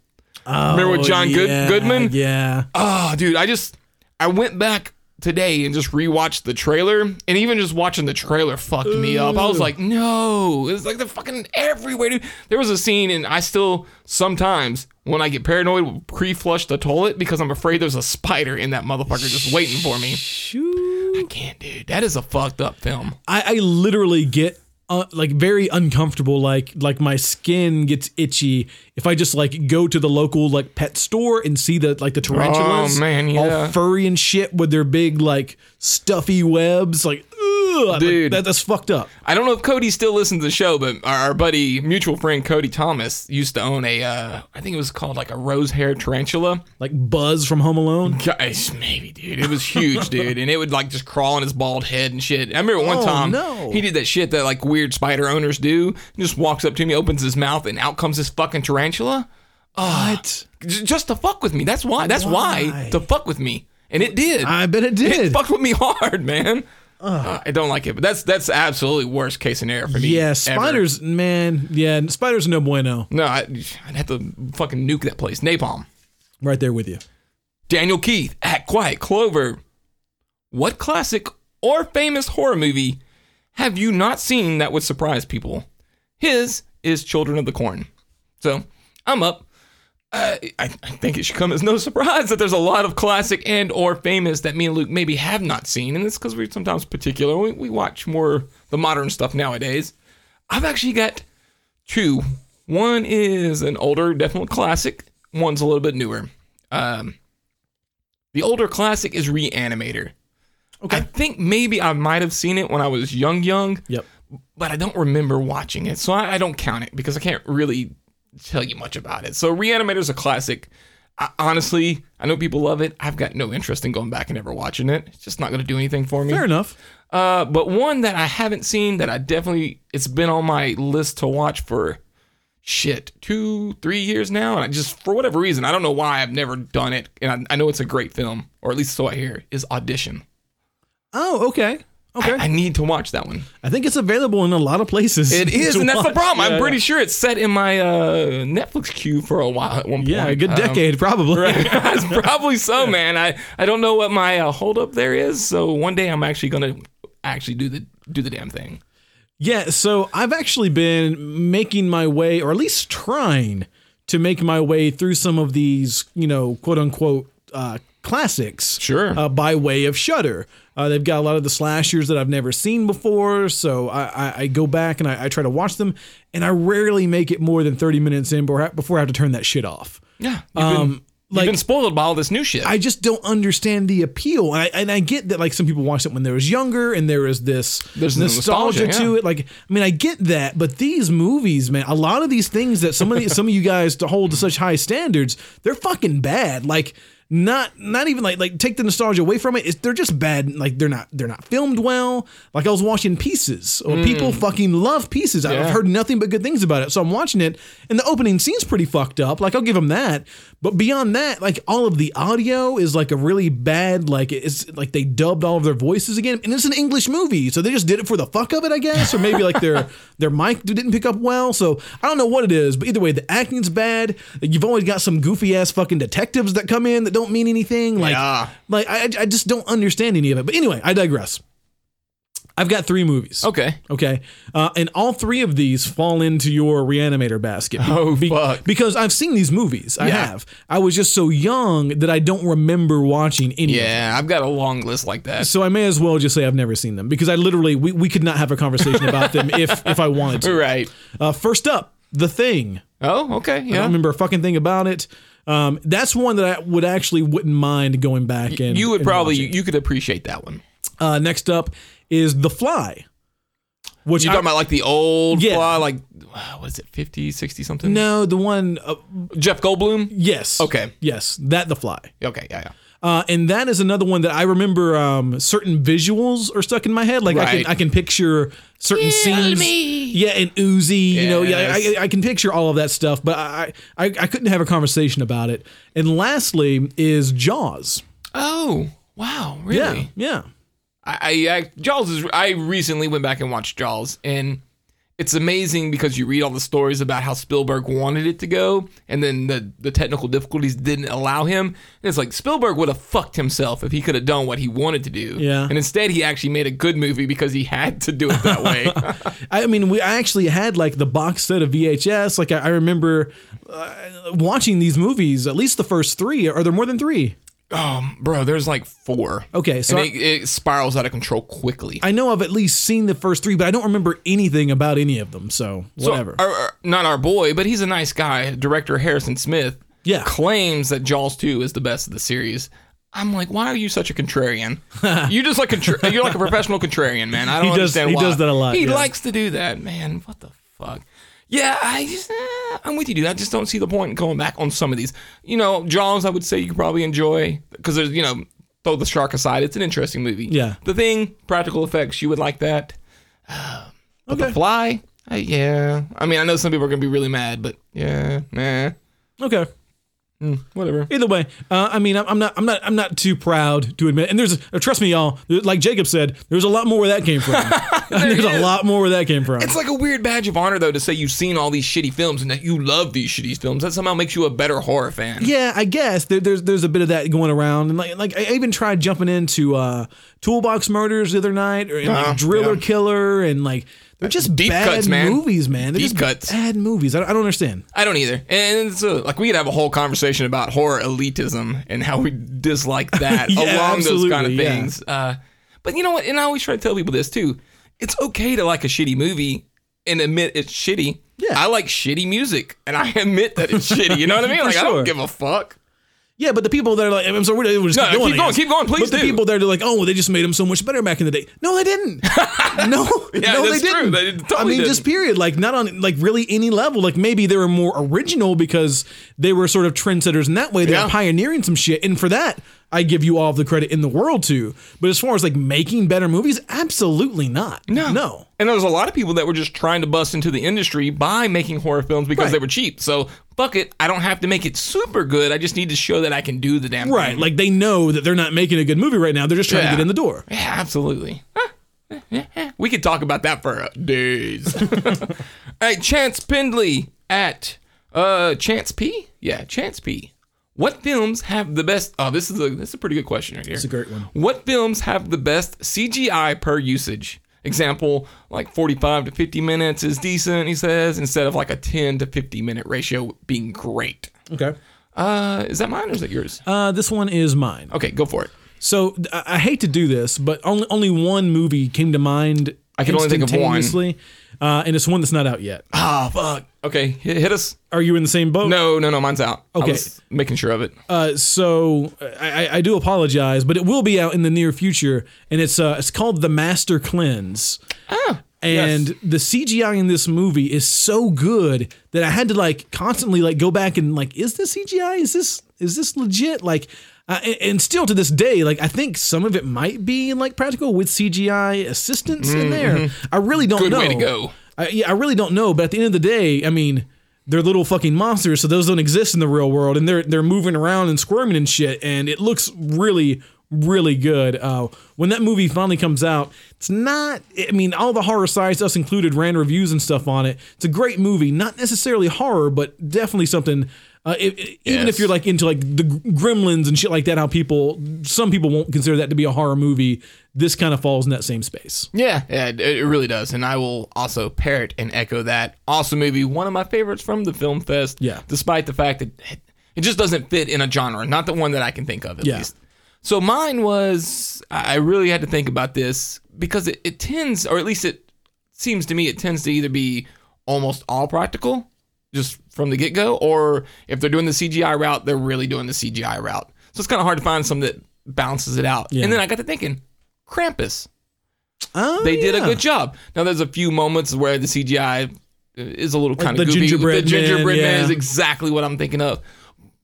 [SPEAKER 3] Remember with John Good-
[SPEAKER 2] Oh, Yeah,
[SPEAKER 3] Goodman?
[SPEAKER 2] Yeah.
[SPEAKER 3] Oh, dude, I just I went back today and just rewatched the trailer, and even just watching the trailer fucked me up. I was like, no, it's like they're fucking everywhere, dude. There was a scene, and I still sometimes when I get paranoid, will pre-flush the toilet because I'm afraid there's a spider in that motherfucker just waiting for me.
[SPEAKER 2] Shoot.
[SPEAKER 3] I can't, dude. That is a fucked up film.
[SPEAKER 2] I, I literally get uh, like very uncomfortable. Like like my skin gets itchy if I just like go to the local like pet store and see the like the tarantulas,
[SPEAKER 3] Oh, man,
[SPEAKER 2] all
[SPEAKER 3] yeah.
[SPEAKER 2] furry and shit with their big like stuffy webs. Like, ugh, Ugh,
[SPEAKER 3] Dude.
[SPEAKER 2] that, that's fucked up.
[SPEAKER 3] I don't know if Cody still listens to the show, but our, our buddy, mutual friend Cody Thomas, used to own a, uh, I think it was called like a rose hair tarantula.
[SPEAKER 2] Like Buzz from Home Alone.
[SPEAKER 3] Guys, maybe, dude. It was huge, dude. And it would like just crawl on his bald head and shit. I remember one
[SPEAKER 2] Oh,
[SPEAKER 3] time
[SPEAKER 2] no.
[SPEAKER 3] he did that shit that like weird spider owners do. He just walks up to me, opens his mouth, and out comes this fucking tarantula.
[SPEAKER 2] What?
[SPEAKER 3] J- just to fuck with me. That's why. That's why.
[SPEAKER 2] Why?
[SPEAKER 3] To fuck with me. And it did.
[SPEAKER 2] I bet it did.
[SPEAKER 3] It fucked with me hard, man. Uh, I don't like it, but that's that's absolutely worst case scenario for me.
[SPEAKER 2] yeah,
[SPEAKER 3] ever.
[SPEAKER 2] spiders, man. Yeah, spiders, no bueno.
[SPEAKER 3] No, I, I'd have to fucking nuke that place. Napalm.
[SPEAKER 2] Right there with you.
[SPEAKER 3] Daniel Keith, Act Quiet, Clover. What classic or famous horror movie have you not seen that would surprise people? His is Children of the Corn. So I'm up. Uh, I, I think it should come as no surprise that there's a lot of classic and or famous that me and Luke maybe have not seen, and it's because we're sometimes particular. We, we watch more the modern stuff nowadays. I've actually got two. One is an older, definitely classic. One's a little bit newer. Um, the older classic is Reanimator. Okay. I think maybe I might have seen it when I was young, young,
[SPEAKER 2] Yep.
[SPEAKER 3] but I don't remember watching it, so I, I don't count it because I can't really tell you much about it. So Reanimator's a classic. I, honestly, I know people love it. I've got no interest in going back and ever watching it. It's just not going to do anything for me.
[SPEAKER 2] Fair enough.
[SPEAKER 3] Uh, but one that I haven't seen that I definitely it's been on my list to watch for shit two three years now, and I just for whatever reason I don't know why I've never done it, and I, I know it's a great film, or at least so I hear, is Audition.
[SPEAKER 2] Oh, okay. Okay.
[SPEAKER 3] I, I need to watch that one.
[SPEAKER 2] I think it's available in a lot of places.
[SPEAKER 3] It is,
[SPEAKER 2] to
[SPEAKER 3] and that's the
[SPEAKER 2] watch.
[SPEAKER 3] problem.
[SPEAKER 2] Yeah,
[SPEAKER 3] I'm pretty
[SPEAKER 2] yeah.
[SPEAKER 3] sure it's set in my uh, Netflix queue for a while at one point.
[SPEAKER 2] Yeah, a good
[SPEAKER 3] Um,
[SPEAKER 2] decade probably.
[SPEAKER 3] it's probably so, man. I, I don't know what my uh, holdup there is, so one day I'm actually gonna actually do the do the damn thing.
[SPEAKER 2] Yeah, so I've actually been making my way, or at least trying to make my way through some of these, you know, quote unquote uh, classics.
[SPEAKER 3] Sure.
[SPEAKER 2] Uh, by way of Shudder. Uh, they've got a lot of the slashers that I've never seen before, so I, I, I go back and I, I try to watch them, and I rarely make it more than 30 minutes in before I- before I have to turn that shit off.
[SPEAKER 3] Yeah, you've
[SPEAKER 2] Um,
[SPEAKER 3] been, you've been spoiled by all this new shit.
[SPEAKER 2] I just don't understand the appeal. And I, and I get that like some people watched it when they was younger and there is this
[SPEAKER 3] There's
[SPEAKER 2] nostalgia,
[SPEAKER 3] nostalgia, yeah.
[SPEAKER 2] to it. Like, I mean, I get that, but these movies, man, a lot of these things that some of the, some of you guys to hold to such high standards, they're fucking bad. Like not not even like like take the nostalgia away from it. It's, they're just bad. Like they're not they're not filmed well. Like I was watching Pieces. Or People fucking love Pieces. I've
[SPEAKER 3] Hmm. Yeah.
[SPEAKER 2] heard nothing but good things about it. So I'm watching it, and the opening scene's pretty fucked up. Like I'll give them that, but beyond that, like all of the audio is like a really bad. Like it's like they dubbed all of their voices again, and it's an English movie, so they just did it for the fuck of it, I guess, or maybe like their their mic didn't pick up well. So I don't know what it is, but either way, the acting's bad. You've always got some goofy ass fucking detectives that come in that don't mean anything. Like
[SPEAKER 3] Yeah.
[SPEAKER 2] like I I just don't understand any of it. But anyway, I digress. I've got three movies.
[SPEAKER 3] okay.
[SPEAKER 2] Okay. Uh, and all three of these fall into your reanimator basket.
[SPEAKER 3] Oh, fuck.
[SPEAKER 2] Because I've seen these movies. I
[SPEAKER 3] Yeah.
[SPEAKER 2] have. I was just so young that I don't remember watching any of them.
[SPEAKER 3] Yeah, I've got a long list like that.
[SPEAKER 2] So I may as well just say I've never seen them because I literally, we, we could not have a conversation about them if, if I wanted to.
[SPEAKER 3] Right.
[SPEAKER 2] Uh, first up, The Thing.
[SPEAKER 3] Oh, okay.
[SPEAKER 2] I don't
[SPEAKER 3] Yeah.
[SPEAKER 2] remember a fucking thing about it. Um, that's one that I would actually wouldn't mind going back and
[SPEAKER 3] You would
[SPEAKER 2] and
[SPEAKER 3] probably
[SPEAKER 2] watching.
[SPEAKER 3] you could appreciate that one.
[SPEAKER 2] Uh, next up is The Fly, which
[SPEAKER 3] You're
[SPEAKER 2] I-
[SPEAKER 3] talking about like the old
[SPEAKER 2] Yeah.
[SPEAKER 3] fly, like uh, what is it, 50, 60 something?
[SPEAKER 2] no the one uh,
[SPEAKER 3] Jeff Goldblum.
[SPEAKER 2] yes
[SPEAKER 3] Okay.
[SPEAKER 2] yes that The Fly.
[SPEAKER 3] Okay. Yeah. Yeah.
[SPEAKER 2] Uh, and that is another one that I remember. Um, certain visuals are stuck in my head. Like I
[SPEAKER 3] Right.
[SPEAKER 2] can I can picture certain scenes. Yeah, and Uzi. You know, yeah,
[SPEAKER 3] Yes.
[SPEAKER 2] I, I can picture all of that stuff. But I, I I couldn't have a conversation about it. And lastly is Jaws.
[SPEAKER 3] Oh. Wow.
[SPEAKER 2] Yeah,
[SPEAKER 3] Really.
[SPEAKER 2] yeah.
[SPEAKER 3] I, I, I Jaws is. I recently went back and watched Jaws, and it's amazing because you read all the stories about how Spielberg wanted it to go, and then the the technical difficulties didn't allow him. And it's like Spielberg would have fucked himself if he could have done what he wanted to do.
[SPEAKER 2] Yeah.
[SPEAKER 3] And instead, he actually made a good movie because he had to do it that way.
[SPEAKER 2] I mean, we I actually had like the box set of VHS. Like I, I remember uh, watching these movies. At least the first three. Are there more than three?
[SPEAKER 3] um, bro, there's like four.
[SPEAKER 2] Okay, so
[SPEAKER 3] and
[SPEAKER 2] I-
[SPEAKER 3] it, it spirals out of control quickly.
[SPEAKER 2] I know I've at least seen the first three, but I don't remember anything about any of them. So
[SPEAKER 3] So,
[SPEAKER 2] whatever.
[SPEAKER 3] our- our- not our boy, but he's a nice guy. Director Harrison Smith
[SPEAKER 2] Yeah.
[SPEAKER 3] claims that Jaws 2 is the best of the series. I'm like, why are you such a contrarian? you just like contra- you're like a professional contrarian, man. I don't
[SPEAKER 2] He does-
[SPEAKER 3] understand
[SPEAKER 2] he
[SPEAKER 3] why.
[SPEAKER 2] does that a lot,
[SPEAKER 3] He
[SPEAKER 2] yeah.
[SPEAKER 3] likes to do that, man. What the fuck? Yeah, I just eh, I'm with you, dude. I just don't see the point in going back on some of these. You know, Jaws. I would say you could probably enjoy because there's you know throw the shark aside. It's an interesting movie.
[SPEAKER 2] Yeah.
[SPEAKER 3] The thing, practical effects. You would like that. But
[SPEAKER 2] Okay.
[SPEAKER 3] The Fly. I yeah. I mean, I know some people are gonna be really mad, but yeah, nah,
[SPEAKER 2] Okay.
[SPEAKER 3] whatever.
[SPEAKER 2] Either way, uh, I mean, I'm, I'm not, I'm not, I'm not too proud to admit. And there's, uh, trust me, y'all. there- Like Jacob said, there's a lot more where that came from. there's a lot more where that came from.
[SPEAKER 3] It's like a weird badge of honor, though, to say you've seen all these shitty films and that you love these shitty films. That somehow makes you a better horror fan.
[SPEAKER 2] yeah, I guess there, there's there's a bit of that going around, and like like I even tried jumping into uh, Toolbox Murders the other night, or and, like,
[SPEAKER 3] Uh-huh,
[SPEAKER 2] Driller
[SPEAKER 3] yeah.
[SPEAKER 2] Killer, and like they're just
[SPEAKER 3] Deep
[SPEAKER 2] bad
[SPEAKER 3] cuts, man.
[SPEAKER 2] movies, man. They're
[SPEAKER 3] Deep
[SPEAKER 2] just
[SPEAKER 3] cuts.
[SPEAKER 2] bad movies. I don't, I don't understand.
[SPEAKER 3] I don't either. And it's uh like we could have a whole conversation about horror elitism and how we dislike that
[SPEAKER 2] Yeah,
[SPEAKER 3] along those kind of
[SPEAKER 2] absolutely, yeah.
[SPEAKER 3] things. Uh, but you know what? And I always try to tell people this too. It's okay to like a shitty movie and admit it's shitty.
[SPEAKER 2] Yeah.
[SPEAKER 3] I like shitty music and I admit that it's shitty. You know what I mean?
[SPEAKER 2] For
[SPEAKER 3] Like I
[SPEAKER 2] sure.
[SPEAKER 3] don't give a fuck.
[SPEAKER 2] Yeah, but the people that are like, I'm sorry, we're, we're just
[SPEAKER 3] No,
[SPEAKER 2] keep going. I
[SPEAKER 3] keep going,
[SPEAKER 2] guess.
[SPEAKER 3] keep going, please
[SPEAKER 2] But
[SPEAKER 3] do.
[SPEAKER 2] the people that are like, oh, well, they just made him so much better back in the day. No, they didn't. No,
[SPEAKER 3] Yeah,
[SPEAKER 2] no,
[SPEAKER 3] that's
[SPEAKER 2] they didn't.
[SPEAKER 3] true. They totally
[SPEAKER 2] I mean,
[SPEAKER 3] didn't.
[SPEAKER 2] just period. Like, not on like really any level. Like, maybe they were more original because they were sort of trendsetters in that way. They
[SPEAKER 3] Yeah.
[SPEAKER 2] were pioneering some shit, and for that, I give you all of the credit in the world to. But as far as like making better movies, absolutely not. No, no.
[SPEAKER 3] And there was a lot of people that were just trying to bust into the industry by making horror films because
[SPEAKER 2] Right.
[SPEAKER 3] they were cheap. So fuck it, I don't have to make it super good. I just need to show that I can do the damn
[SPEAKER 2] Right,
[SPEAKER 3] thing.
[SPEAKER 2] like they know that they're not making a good movie right now. They're just trying
[SPEAKER 3] Yeah.
[SPEAKER 2] to get in the door.
[SPEAKER 3] Yeah, absolutely. Huh. Yeah, yeah, yeah. We could talk about that for uh, days. All right, Chance Pindley at uh Chance P. Yeah, Chance P. What films have the best? Oh, this is a this is a pretty good question right here. It's
[SPEAKER 2] a great one.
[SPEAKER 3] What films have the best CGI per usage? Example, like 45 to 50 minutes is decent, he says, instead of like a 10 to 50 minute ratio being great.
[SPEAKER 2] Okay.
[SPEAKER 3] Uh, is that mine or is that yours?
[SPEAKER 2] Uh, this one is mine.
[SPEAKER 3] Okay, go for it.
[SPEAKER 2] So th- I I hate to do this, but only only one movie came to mind.
[SPEAKER 3] I can only think of one.
[SPEAKER 2] instantaneously, Uh, and it's one that's not out yet.
[SPEAKER 3] Ah, fuck. Okay, hit, hit us.
[SPEAKER 2] Are you in the same boat?
[SPEAKER 3] No, no, no, mine's out. I
[SPEAKER 2] Okay.
[SPEAKER 3] was making sure of it.
[SPEAKER 2] Uh, so I, I- I do apologize, but it will be out in the near future, and it's uh, it's called The Master Cleanse.
[SPEAKER 3] Ah,
[SPEAKER 2] And the CGI in this movie is so good that I had to like constantly like go back and like, is this CGI? Is this is this legit? Like, uh, and, and still to this day, like I think some of it might be like practical with CGI assistance in there. I really don't
[SPEAKER 3] Mm-hmm. Good
[SPEAKER 2] know.
[SPEAKER 3] way to go.
[SPEAKER 2] I, yeah, I really don't know. But at the end of the day, I mean, they're little fucking monsters, so those don't exist in the real world, and they're they're moving around and squirming and shit, and it looks really really good. Uh, when that movie finally comes out, it's not. I mean, all the horror sites, us included, ran reviews and stuff on it. It's a great movie, not necessarily horror, but definitely something. Uh, it, it- Even
[SPEAKER 3] Yes.
[SPEAKER 2] if you're like into like the Gremlins and shit like that, how people some people won't consider that to be a horror movie. This kind of falls in that same space.
[SPEAKER 3] Yeah, yeah, it, it really does. And I will also parrot and echo that. Awesome movie, one of my favorites from the film fest.
[SPEAKER 2] Yeah.
[SPEAKER 3] Despite the fact that it- it just doesn't fit in a genre, not the one that I can think of at
[SPEAKER 2] Yeah.
[SPEAKER 3] least. So mine was I I really had to think about this because it, it tends, or at least it seems to me, it tends to either be almost all practical, just from the get go, or if they're doing the CGI route, they're really doing the CGI route. So it's kind of hard to find some that balances it out.
[SPEAKER 2] Yeah.
[SPEAKER 3] And then I got to thinking, Krampus
[SPEAKER 2] Oh,
[SPEAKER 3] they did a
[SPEAKER 2] yeah.
[SPEAKER 3] good job. Now there's a few moments where the CGI is a little kind
[SPEAKER 2] the
[SPEAKER 3] of goofy.
[SPEAKER 2] gingerbread
[SPEAKER 3] the gingerbread
[SPEAKER 2] man,
[SPEAKER 3] man,
[SPEAKER 2] yeah.
[SPEAKER 3] is exactly what I'm thinking of,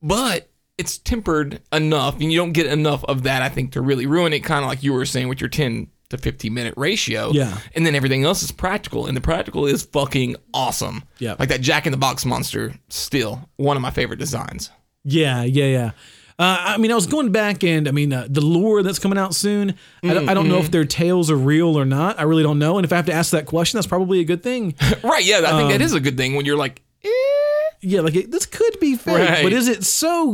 [SPEAKER 3] but it's tempered enough, and you don't get enough of that. I think to really ruin it, kind of like you were saying with your 10 to 15 minute ratio.
[SPEAKER 2] Yeah.
[SPEAKER 3] and then everything else is practical, and the practical is fucking awesome.
[SPEAKER 2] Yep.
[SPEAKER 3] like that Jack in the Box monster, still one of my favorite designs.
[SPEAKER 2] Yeah, yeah, yeah. Uh, I mean, I was going back, and I mean, uh, the lure that's coming out soon. I don't, I don't know
[SPEAKER 3] Mm-hmm.
[SPEAKER 2] if their tales are real or not. I really don't know. And if I have to ask that question, that's probably a good thing.
[SPEAKER 3] Right? Yeah, I think
[SPEAKER 2] Um,
[SPEAKER 3] that is a good thing when you're like. eh,
[SPEAKER 2] yeah, like it, this could be fake,
[SPEAKER 3] Right.
[SPEAKER 2] but is it so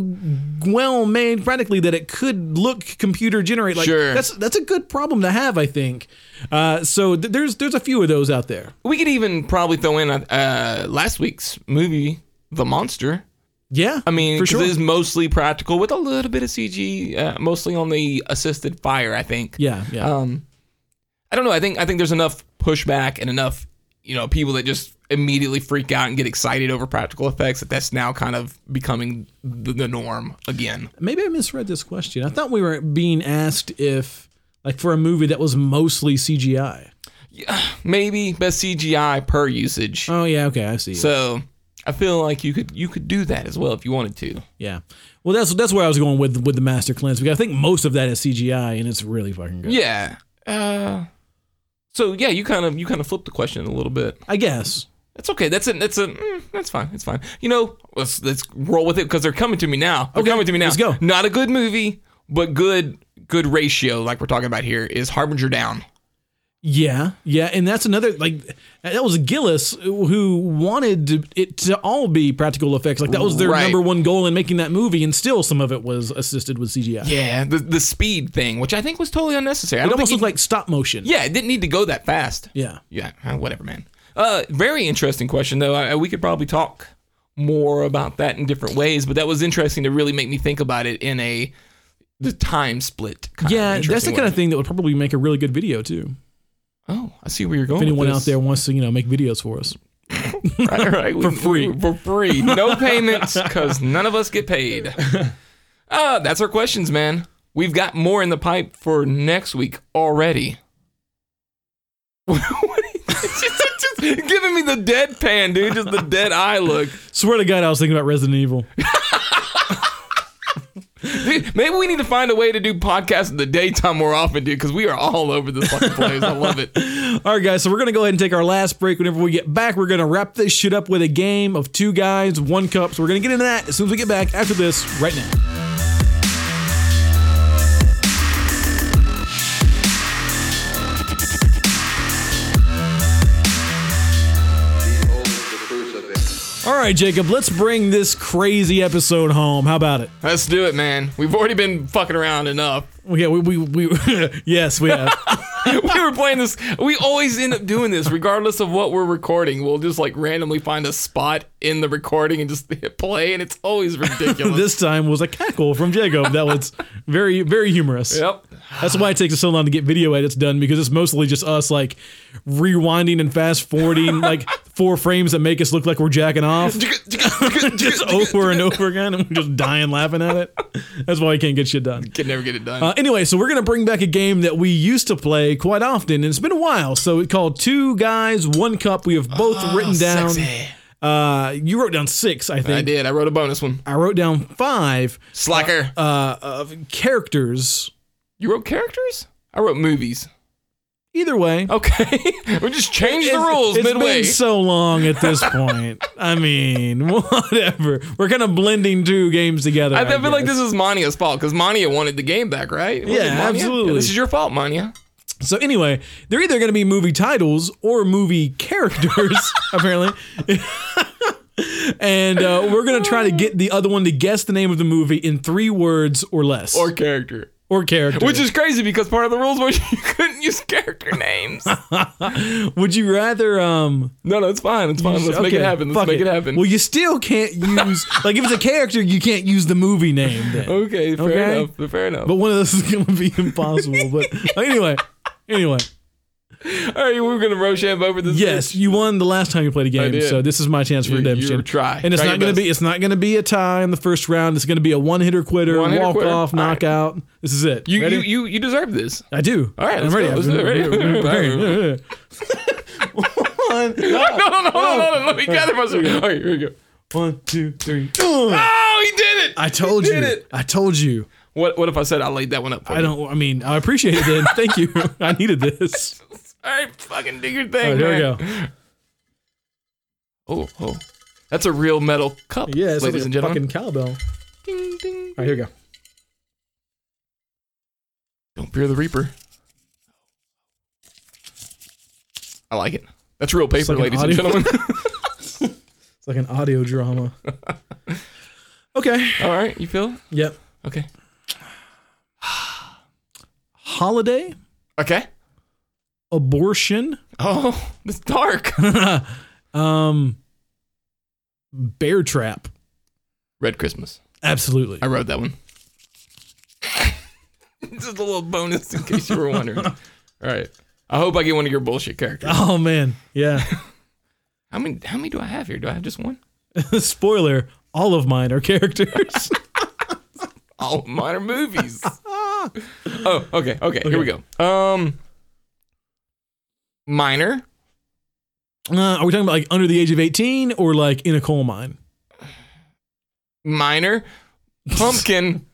[SPEAKER 2] well made practically that it could look computer generated? Like
[SPEAKER 3] Sure.
[SPEAKER 2] that's that's a good problem to have, I think. Uh, so th- there's there's a few of those out there.
[SPEAKER 3] We could even probably throw in uh, last week's movie, The Monster.
[SPEAKER 2] Yeah,
[SPEAKER 3] I mean,
[SPEAKER 2] for
[SPEAKER 3] 'cause
[SPEAKER 2] sure.
[SPEAKER 3] it is mostly practical with a little bit of CG, uh, mostly on the assisted fire. I think. Uh,
[SPEAKER 2] yeah, yeah.
[SPEAKER 3] Um, I don't know. I think I think there's enough pushback and enough you know, people that just immediately freak out and get excited over practical effects, that that's now kind of becoming the, the norm again.
[SPEAKER 2] Maybe I misread this question. I thought we were being asked if, like, for a movie that was mostly CGI.
[SPEAKER 3] Maybe best CGI per usage.
[SPEAKER 2] Oh yeah, okay, I see.
[SPEAKER 3] So I feel like you could you could do that as well if you wanted to.
[SPEAKER 2] yeah. Well, that's that's where I was going with with the master cleanse because I think most of that is CGI and it's really fucking good.
[SPEAKER 3] Yeah. Uh, so yeah, you kind of you kind of flipped the question a little bit.
[SPEAKER 2] I guess.
[SPEAKER 3] That's okay. That's it. That's a. Mm, that's fine. That's fine. You know, let's let's roll with it because they're coming to me now. They're
[SPEAKER 2] Okay,
[SPEAKER 3] coming to me now.
[SPEAKER 2] let's go.
[SPEAKER 3] Not a good movie, but good good ratio like we're talking about here is Harbinger Down.
[SPEAKER 2] Yeah, yeah, and that's another like that was Gillis who wanted to, it to all be practical effects. Like that was their
[SPEAKER 3] Right.
[SPEAKER 2] number one goal in making that movie, and still some of it was assisted with CGI.
[SPEAKER 3] Yeah, the the speed thing, which I think was totally unnecessary. I
[SPEAKER 2] It
[SPEAKER 3] don't
[SPEAKER 2] almost
[SPEAKER 3] think
[SPEAKER 2] looked like stop motion.
[SPEAKER 3] he- yeah, it didn't need to go that fast.
[SPEAKER 2] yeah.
[SPEAKER 3] Yeah, uh, whatever, man. Uh, very interesting question though. I, we could probably talk more about that in different ways, but that was interesting to really make me think about it in a the time split. Kind of
[SPEAKER 2] Yeah, that's the
[SPEAKER 3] interesting
[SPEAKER 2] kind
[SPEAKER 3] way.
[SPEAKER 2] of thing that would probably make a really good video too.
[SPEAKER 3] Oh, I see where you're going.
[SPEAKER 2] If anyone
[SPEAKER 3] with
[SPEAKER 2] out
[SPEAKER 3] this.
[SPEAKER 2] there wants to, you know, make videos for us.
[SPEAKER 3] right, right. We-
[SPEAKER 2] For free.
[SPEAKER 3] we- for free, no payments, because none of us get paid. Uh, that's our questions, man. We've got more in the pipe for next week already. What are you- just, just giving me the deadpan, dude, just the dead eye look.
[SPEAKER 2] Swear to God, I was thinking about Resident Evil.
[SPEAKER 3] Dude, maybe we need to find a way to do podcasts in the daytime more often, dude, because we are all over this fucking place. I love it.
[SPEAKER 2] All right, guys. So we're gonna go ahead and take our last break. Whenever we get back, we're gonna wrap this shit up with a game of two guys, one cup. So we're gonna get into that as soon as we get back after this, right now.
[SPEAKER 1] Behold the crucifix.
[SPEAKER 2] All right, Jacob. Let's bring this crazy episode home. How about it?
[SPEAKER 3] Let's do it, man. We've already been fucking around enough.
[SPEAKER 2] Well, Yeah, we we, we yes, we have.
[SPEAKER 3] we were playing this. We always end up doing this, regardless of what we're recording. We'll just like randomly find a spot in the recording and just hit play, and it's always ridiculous.
[SPEAKER 2] this time was a cackle from Jacob. That was very very humorous.
[SPEAKER 3] yep.
[SPEAKER 2] That's why it takes us so long to get video edits done because it's mostly just us like rewinding and fast forwarding like four frames that make us look like we're jacking off. just over and over again, and we're just dying laughing at it. That's why we can't get shit done.
[SPEAKER 3] Can never get it done.
[SPEAKER 2] Uh, anyway, so we're gonna bring back a game that we used to play quite often, and it's been a while. So it's called Two Guys, One Cup. We have both written down.
[SPEAKER 3] Ah, Oh, sexy.
[SPEAKER 2] Uh, you wrote down six, I
[SPEAKER 3] I
[SPEAKER 2] think.
[SPEAKER 3] did. I wrote a bonus one.
[SPEAKER 2] I wrote down five
[SPEAKER 3] Slacker.
[SPEAKER 2] uh, of characters.
[SPEAKER 3] you wrote characters. I wrote movies.
[SPEAKER 2] Either way,
[SPEAKER 3] Okay. we just changed Oh, the
[SPEAKER 2] It's-
[SPEAKER 3] rules
[SPEAKER 2] it's
[SPEAKER 3] midway.
[SPEAKER 2] been so long at this point. I mean, whatever. We're kind of blending two games together.
[SPEAKER 3] I, I feel like
[SPEAKER 2] guess.
[SPEAKER 3] this is Mania's fault because Mania wanted the game back, right? Wasn't
[SPEAKER 2] Yeah,
[SPEAKER 3] it Mania?
[SPEAKER 2] absolutely.
[SPEAKER 3] this is your fault, Mania.
[SPEAKER 2] So anyway, they're either going to be movie titles or movie characters, apparently. and uh, we're going to try to get the other one to guess the name of the movie in three words or less,
[SPEAKER 3] Or character.
[SPEAKER 2] or character.
[SPEAKER 3] Which is crazy because part of the rules was you couldn't use character names.
[SPEAKER 2] would you rather? Um,
[SPEAKER 3] No, no, it's fine. It's fine. Uh, Let's make it
[SPEAKER 2] okay,
[SPEAKER 3] happen. Let's
[SPEAKER 2] fuck
[SPEAKER 3] make it, happen.
[SPEAKER 2] Well, you still can't use like if it's a character, you can't use the movie name. Then.
[SPEAKER 3] okay, fair
[SPEAKER 2] Okay.
[SPEAKER 3] enough. Fair enough.
[SPEAKER 2] But one of those is going to be impossible. but anyway, anyway.
[SPEAKER 3] All right, we're gonna Rochambeau over this.
[SPEAKER 2] Yes, you won the last time you played a game,
[SPEAKER 3] did.
[SPEAKER 2] so this is my chance for
[SPEAKER 3] You-
[SPEAKER 2] redemption.
[SPEAKER 3] you try.
[SPEAKER 2] and it's
[SPEAKER 3] Try
[SPEAKER 2] not
[SPEAKER 3] your
[SPEAKER 2] going to
[SPEAKER 3] best.
[SPEAKER 2] be it's not going to be a tie in the first round. It's going to be a one hitter quitter,
[SPEAKER 3] One-hitter
[SPEAKER 2] walk
[SPEAKER 3] quitter.
[SPEAKER 2] off,
[SPEAKER 3] All right.
[SPEAKER 2] knockout. This is it.
[SPEAKER 3] You,
[SPEAKER 2] Ready?
[SPEAKER 3] you you you deserve this.
[SPEAKER 2] I do. All
[SPEAKER 3] right,
[SPEAKER 2] I'm
[SPEAKER 3] let's
[SPEAKER 2] ready.
[SPEAKER 3] go. Let's do it. Ready?
[SPEAKER 2] I'm ready.
[SPEAKER 3] No, no, no, no, no, no. Let me gather myself. All right, here we go.
[SPEAKER 2] One, two, three.
[SPEAKER 3] Oh, he did it.
[SPEAKER 2] I told
[SPEAKER 3] He
[SPEAKER 2] you.
[SPEAKER 3] did it.
[SPEAKER 2] I told you.
[SPEAKER 3] What what if I said I laid that one up? For
[SPEAKER 2] I don't. I mean, I appreciate it. Then thank you. I needed this.
[SPEAKER 3] All right, fucking do your thing.
[SPEAKER 2] All right, here we
[SPEAKER 3] man.
[SPEAKER 2] go.
[SPEAKER 3] Oh, oh, that's a real metal cup.
[SPEAKER 2] Yeah, it's
[SPEAKER 3] ladies
[SPEAKER 2] like
[SPEAKER 3] and
[SPEAKER 2] a
[SPEAKER 3] gentlemen.
[SPEAKER 2] fucking cowbell. All
[SPEAKER 3] Ding, ding.
[SPEAKER 2] right, here we go.
[SPEAKER 3] Don't fear the reaper. I like it. That's real paper,
[SPEAKER 2] like an
[SPEAKER 3] ladies and
[SPEAKER 2] audio-
[SPEAKER 3] gentlemen.
[SPEAKER 2] It's like an audio drama. okay.
[SPEAKER 3] All right, you feel? it?
[SPEAKER 2] Yep.
[SPEAKER 3] Okay.
[SPEAKER 2] Holiday,
[SPEAKER 3] Okay.
[SPEAKER 2] abortion,
[SPEAKER 3] Oh, it's dark.
[SPEAKER 2] um, bear trap.
[SPEAKER 3] Red Christmas.
[SPEAKER 2] Absolutely.
[SPEAKER 3] I wrote that one. Just a little bonus in case you were wondering. All right. I hope I get one of your bullshit characters.
[SPEAKER 2] Oh man, yeah.
[SPEAKER 3] How many? How many do I have here? Do I have just one?
[SPEAKER 2] Spoiler: all of mine are characters.
[SPEAKER 3] All of mine are movies. oh, okay, okay. Here we go. Um, minor.
[SPEAKER 2] uh, are we talking about like under the age of eighteen or like in a coal mine?
[SPEAKER 3] minor, pumpkin,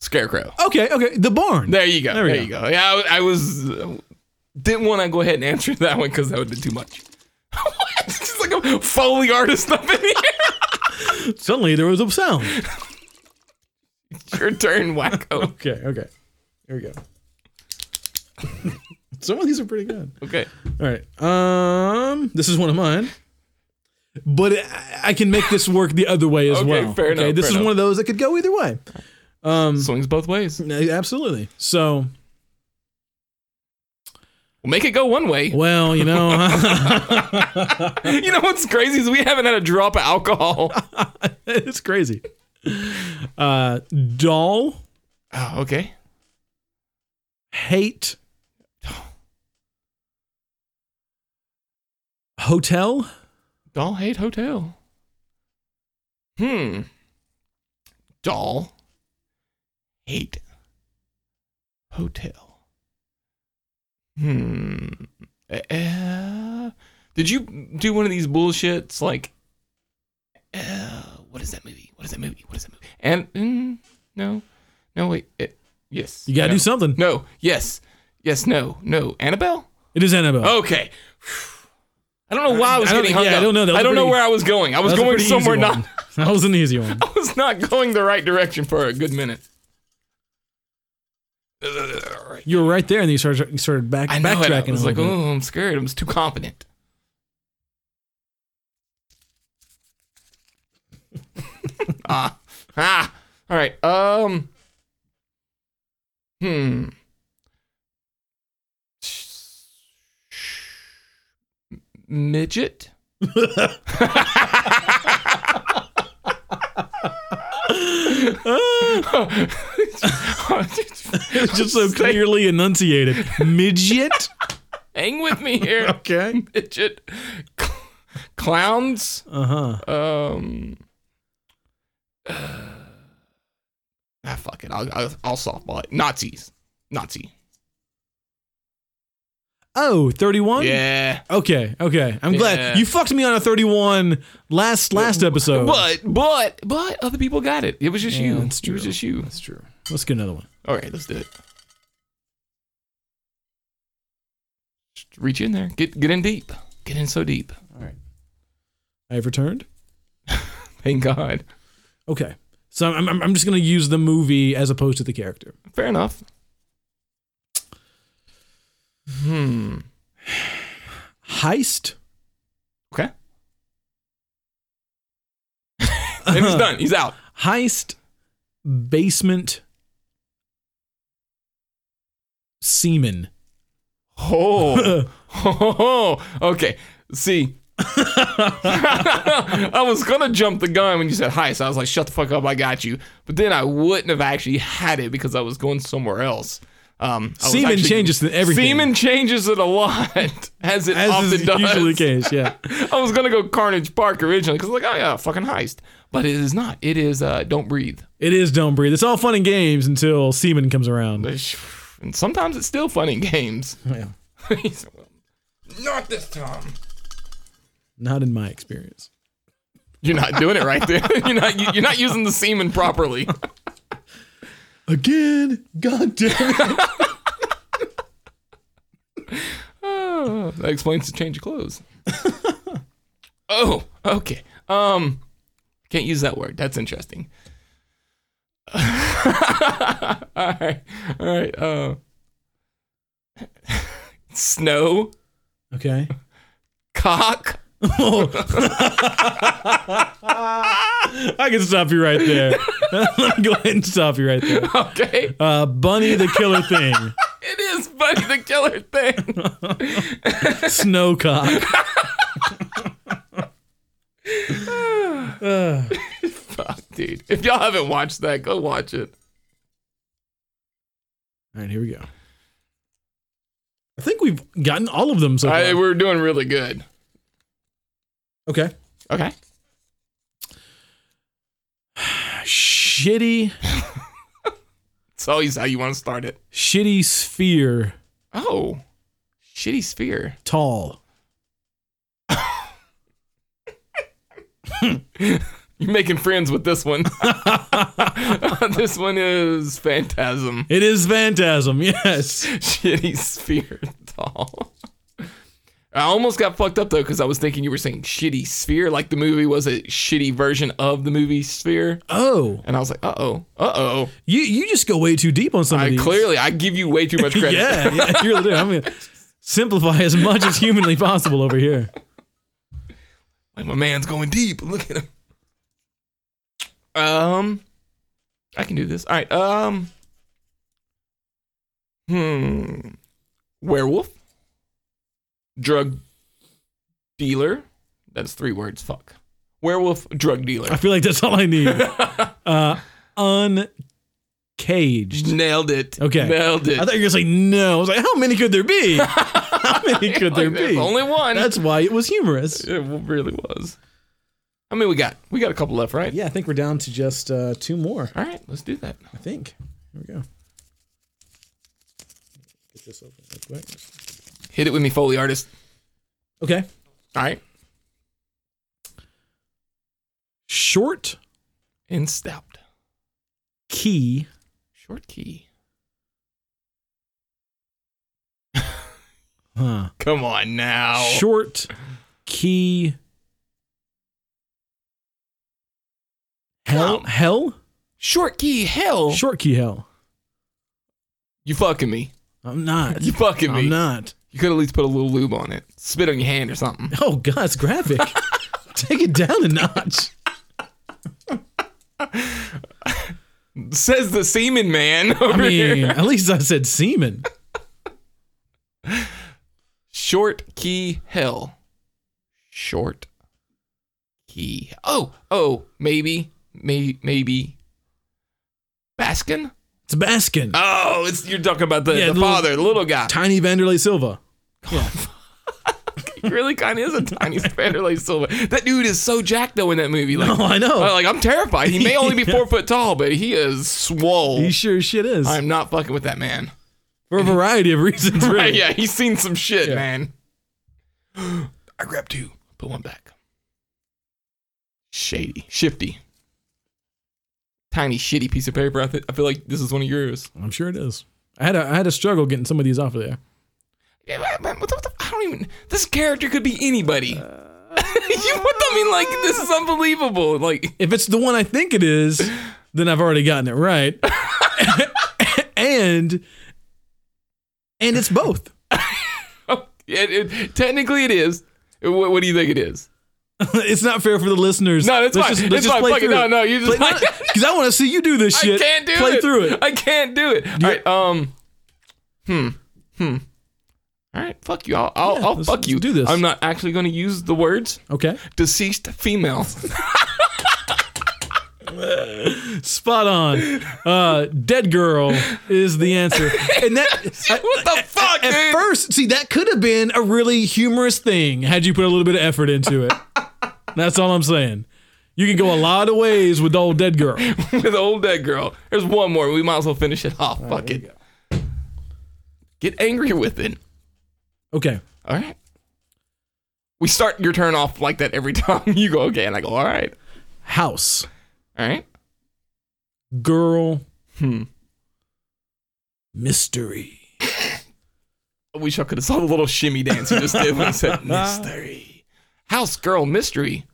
[SPEAKER 3] scarecrow.
[SPEAKER 2] Okay, okay. The barn.
[SPEAKER 3] There you go.
[SPEAKER 2] There
[SPEAKER 3] There,
[SPEAKER 2] we
[SPEAKER 3] you go. Yeah, I, w- I was uh, didn't want to go ahead and answer that one because that would have been too much. it's just like a foley artist up in here.
[SPEAKER 2] Suddenly there was a sound.
[SPEAKER 3] It's Your turn, wacko.
[SPEAKER 2] Okay, okay. Here we go. Some of these are pretty good.
[SPEAKER 3] Okay.
[SPEAKER 2] All right. Um, this is one of mine. But I- I can make this work the other way as
[SPEAKER 3] Okay,
[SPEAKER 2] well.
[SPEAKER 3] fair enough,
[SPEAKER 2] this
[SPEAKER 3] fair
[SPEAKER 2] is
[SPEAKER 3] enough.
[SPEAKER 2] one of those that could go either way. Um,
[SPEAKER 3] Swings both ways.
[SPEAKER 2] No, Absolutely. So,
[SPEAKER 3] We'll make it go one way.
[SPEAKER 2] well, you know,
[SPEAKER 3] You know what's crazy is we haven't had a drop of alcohol.
[SPEAKER 2] it's crazy. Uh, doll,
[SPEAKER 3] Oh, okay.
[SPEAKER 2] hate, hotel,
[SPEAKER 3] Doll hate hotel. Hmm. Doll hate hotel. Hmm. Uh, did you do one of these bullshits like? Uh, what is that movie? What is that movie? What is that movie? And mm, no, no wait. It, yes.
[SPEAKER 2] you gotta
[SPEAKER 3] no.
[SPEAKER 2] do something.
[SPEAKER 3] No. Yes. Yes. No. No. Annabelle.
[SPEAKER 2] It is Annabelle.
[SPEAKER 3] Okay. I don't know why I was
[SPEAKER 2] I don't-
[SPEAKER 3] getting hung
[SPEAKER 2] yeah, I
[SPEAKER 3] up.
[SPEAKER 2] don't know. That was
[SPEAKER 3] I don't know
[SPEAKER 2] pretty-
[SPEAKER 3] where I was going. I was
[SPEAKER 2] That a
[SPEAKER 3] going
[SPEAKER 2] pretty easy
[SPEAKER 3] somewhere
[SPEAKER 2] one.
[SPEAKER 3] not.
[SPEAKER 2] That was an easy one.
[SPEAKER 3] I was not going the right direction for a good minute. Ugh, all right.
[SPEAKER 2] You were right there, and then you started you started back
[SPEAKER 3] I know it.
[SPEAKER 2] backtracking.
[SPEAKER 3] I was
[SPEAKER 2] a
[SPEAKER 3] like,
[SPEAKER 2] little bit.
[SPEAKER 3] oh, I'm scared. I'm too confident. ah, ah. All right. Um. Hmm. Midget. oh.
[SPEAKER 2] just so clearly enunciated, midget.
[SPEAKER 3] Hang with me here.
[SPEAKER 2] Okay.
[SPEAKER 3] Midget. Cl- Clowns.
[SPEAKER 2] Uh huh.
[SPEAKER 3] Um. Uh, ah, fuck it. I'll, I'll, I'll softball it. Nazis. Nazi.
[SPEAKER 2] Oh, 31?
[SPEAKER 3] Yeah.
[SPEAKER 2] Okay, okay. I'm glad
[SPEAKER 3] Yeah.
[SPEAKER 2] you fucked me on a 31 last last episode.
[SPEAKER 3] But, but, but other people got it. It was just
[SPEAKER 2] oh. Yeah,
[SPEAKER 3] you.
[SPEAKER 2] that's
[SPEAKER 3] It was
[SPEAKER 2] true.
[SPEAKER 3] just you.
[SPEAKER 2] That's true. Let's get another one.
[SPEAKER 3] All right, let's do it. Just reach in there. Get get in deep. Get in so deep.
[SPEAKER 2] I have returned.
[SPEAKER 3] Thank God.
[SPEAKER 2] Okay. So I'm, I'm, I'm just going to use the movie as opposed to the character.
[SPEAKER 3] Fair enough. Hmm.
[SPEAKER 2] Heist.
[SPEAKER 3] Okay. and
[SPEAKER 2] Uh-huh.
[SPEAKER 3] he's done. He's out.
[SPEAKER 2] Heist. Basement. Semen.
[SPEAKER 3] Oh. oh. Okay. See. I was gonna jump the gun when you said heist. I was like, "Shut the fuck up, I got you." But then I wouldn't have actually had it because I was going somewhere else. Um, I was
[SPEAKER 2] Semen
[SPEAKER 3] actually-
[SPEAKER 2] changes to everything.
[SPEAKER 3] Semen changes it a lot, as it
[SPEAKER 2] As
[SPEAKER 3] often
[SPEAKER 2] is
[SPEAKER 3] does.
[SPEAKER 2] usually the case, yeah.
[SPEAKER 3] I was gonna go Carnage Park originally because like, oh yeah, fucking heist. But it is not. It is uh, don't breathe.
[SPEAKER 2] It is Don't Breathe. It's all fun and games until semen comes around.
[SPEAKER 3] And sometimes it's still fun in games.
[SPEAKER 2] Yeah.
[SPEAKER 3] not this time.
[SPEAKER 2] Not in my experience.
[SPEAKER 3] You're not doing it right there. You're not. You're not using the semen properly.
[SPEAKER 2] Again? God damn it.
[SPEAKER 3] Oh, that explains the change of clothes. oh, okay. Um, can't use that word. That's interesting. all right, all right. Uh, snow
[SPEAKER 2] Okay.
[SPEAKER 3] cock.
[SPEAKER 2] I can stop you right there. Go ahead and stop you right there.
[SPEAKER 3] Okay,
[SPEAKER 2] Uh, Bunny the Killer Thing.
[SPEAKER 3] it is Buddy the Killer thing.
[SPEAKER 2] Snowcock. Uh,
[SPEAKER 3] Fuck, Oh, dude. If y'all haven't watched that, go watch it.
[SPEAKER 2] all right, here we go. I think we've gotten all of them so far.
[SPEAKER 3] I, we're doing really good.
[SPEAKER 2] Okay.
[SPEAKER 3] Okay.
[SPEAKER 2] Shitty,
[SPEAKER 3] It's always how you want to start it.
[SPEAKER 2] shitty sphere
[SPEAKER 3] Oh, shitty sphere.
[SPEAKER 2] tall.
[SPEAKER 3] You're making friends with this one. this one is Phantasm.
[SPEAKER 2] It is Phantasm, yes.
[SPEAKER 3] Shitty sphere doll. I almost got fucked up though because I was thinking you were saying shitty sphere, like the movie was a shitty version of the movie Sphere,
[SPEAKER 2] Oh,
[SPEAKER 3] and I was like, uh oh, uh oh.
[SPEAKER 2] you you just go way too deep on some of
[SPEAKER 3] I
[SPEAKER 2] these.
[SPEAKER 3] clearly I give you way too much credit.
[SPEAKER 2] yeah, yeah, you really do. I'm gonna simplify as much as humanly possible over here.
[SPEAKER 3] Like my man's going deep. Look at him. Um, I can do this. All right. Um, hmm, werewolf, drug dealer. That's three words. Fuck. Werewolf, drug
[SPEAKER 2] I
[SPEAKER 3] dealer.
[SPEAKER 2] feel like that's all I need. Uh, uncaged.
[SPEAKER 3] Nailed it.
[SPEAKER 2] Okay.
[SPEAKER 3] Nailed it.
[SPEAKER 2] I thought you were gonna say no. I was like, how many could there be? How many could there
[SPEAKER 3] Like, there's
[SPEAKER 2] be?
[SPEAKER 3] Only one.
[SPEAKER 2] That's why it was humorous.
[SPEAKER 3] it really was. I mean, we got we got a couple left, right?
[SPEAKER 2] Yeah, I think we're down to just uh, two more.
[SPEAKER 3] All right. Let's do that.
[SPEAKER 2] I think. Here we go. Get this open real quick.
[SPEAKER 3] Hit it with me, Foley artist.
[SPEAKER 2] Okay.
[SPEAKER 3] All right.
[SPEAKER 2] Short
[SPEAKER 3] And stout.
[SPEAKER 2] key.
[SPEAKER 3] Short key.
[SPEAKER 2] Huh.
[SPEAKER 3] Come on now.
[SPEAKER 2] Short key. Hell?
[SPEAKER 3] Come.
[SPEAKER 2] Hell?
[SPEAKER 3] Short key hell.
[SPEAKER 2] Short key hell.
[SPEAKER 3] you fucking me.
[SPEAKER 2] I'm not.
[SPEAKER 3] You fucking me.
[SPEAKER 2] I'm not.
[SPEAKER 3] You could at least put a little lube on it. Spit on your hand or something.
[SPEAKER 2] Oh, God, it's graphic. Take it down a notch.
[SPEAKER 3] Says the semen man over
[SPEAKER 2] I mean,
[SPEAKER 3] here.
[SPEAKER 2] at least I said semen.
[SPEAKER 3] Short key hell. Short key. Oh, oh, maybe, may, maybe. Baskin?
[SPEAKER 2] It's Baskin.
[SPEAKER 3] Oh, it's you're talking about the,
[SPEAKER 2] Yeah,
[SPEAKER 3] the
[SPEAKER 2] the little-
[SPEAKER 3] father, the little guy.
[SPEAKER 2] Tiny Vanderlei Silva.
[SPEAKER 3] He really kind of is a tiny Vanderlei Silva. That dude is so jacked though in that movie. Like,
[SPEAKER 2] Oh, I know.
[SPEAKER 3] Uh, like I'm terrified. He may only be four foot tall, but he is swole.
[SPEAKER 2] He sure as shit is.
[SPEAKER 3] I'm not fucking with that man.
[SPEAKER 2] For a variety of reasons, really.
[SPEAKER 3] Right, yeah, he's seen some shit, man. I grabbed two, put one back. Shady, shifty, tiny, shitty piece of paper. I, th- I feel like this is one of yours.
[SPEAKER 2] I'm sure it is. I had a, I had a struggle getting some of these off of there.
[SPEAKER 3] Yeah, but- but what the- what the- I don't even. This character could be anybody. you, what the- I mean, like this is unbelievable. Like
[SPEAKER 2] If it's the one I think it is, then I've already gotten it right. and and it's both.
[SPEAKER 3] it, it, technically, it is. What, what do you think it is?
[SPEAKER 2] it's not fair for the listeners.
[SPEAKER 3] No, that's fine. It's fine. Fuck it. No, no, you just-
[SPEAKER 2] because I want to see you do this shit.
[SPEAKER 3] I can't do
[SPEAKER 2] Play
[SPEAKER 3] it.
[SPEAKER 2] through it.
[SPEAKER 3] I can't do it. All right. Um. Hmm. Hmm. All right. Fuck you. I'll. I'll,
[SPEAKER 2] Yeah,
[SPEAKER 3] I'll
[SPEAKER 2] let's-
[SPEAKER 3] fuck
[SPEAKER 2] let's
[SPEAKER 3] you.
[SPEAKER 2] do this.
[SPEAKER 3] I'm not actually going to use the words
[SPEAKER 2] Okay,
[SPEAKER 3] deceased female.
[SPEAKER 2] spot on. Uh, dead girl is the answer, and that
[SPEAKER 3] what the fuck,
[SPEAKER 2] at
[SPEAKER 3] dude?
[SPEAKER 2] first, see, that could have been a really humorous thing had you put a little bit of effort into it. That's all I'm saying. You can go a lot of ways with the old dead girl.
[SPEAKER 3] With old dead girl. There's one more. We might as well finish it off. fuck it. Get angry with it.
[SPEAKER 2] Okay.
[SPEAKER 3] All right. We start your turn off like that every time you go okay, and I go all right,
[SPEAKER 2] House.
[SPEAKER 3] all right.
[SPEAKER 2] Girl.
[SPEAKER 3] Hmm.
[SPEAKER 2] Mystery.
[SPEAKER 3] I wish I could have saw the little shimmy dance you just did when I said mystery. House girl mystery.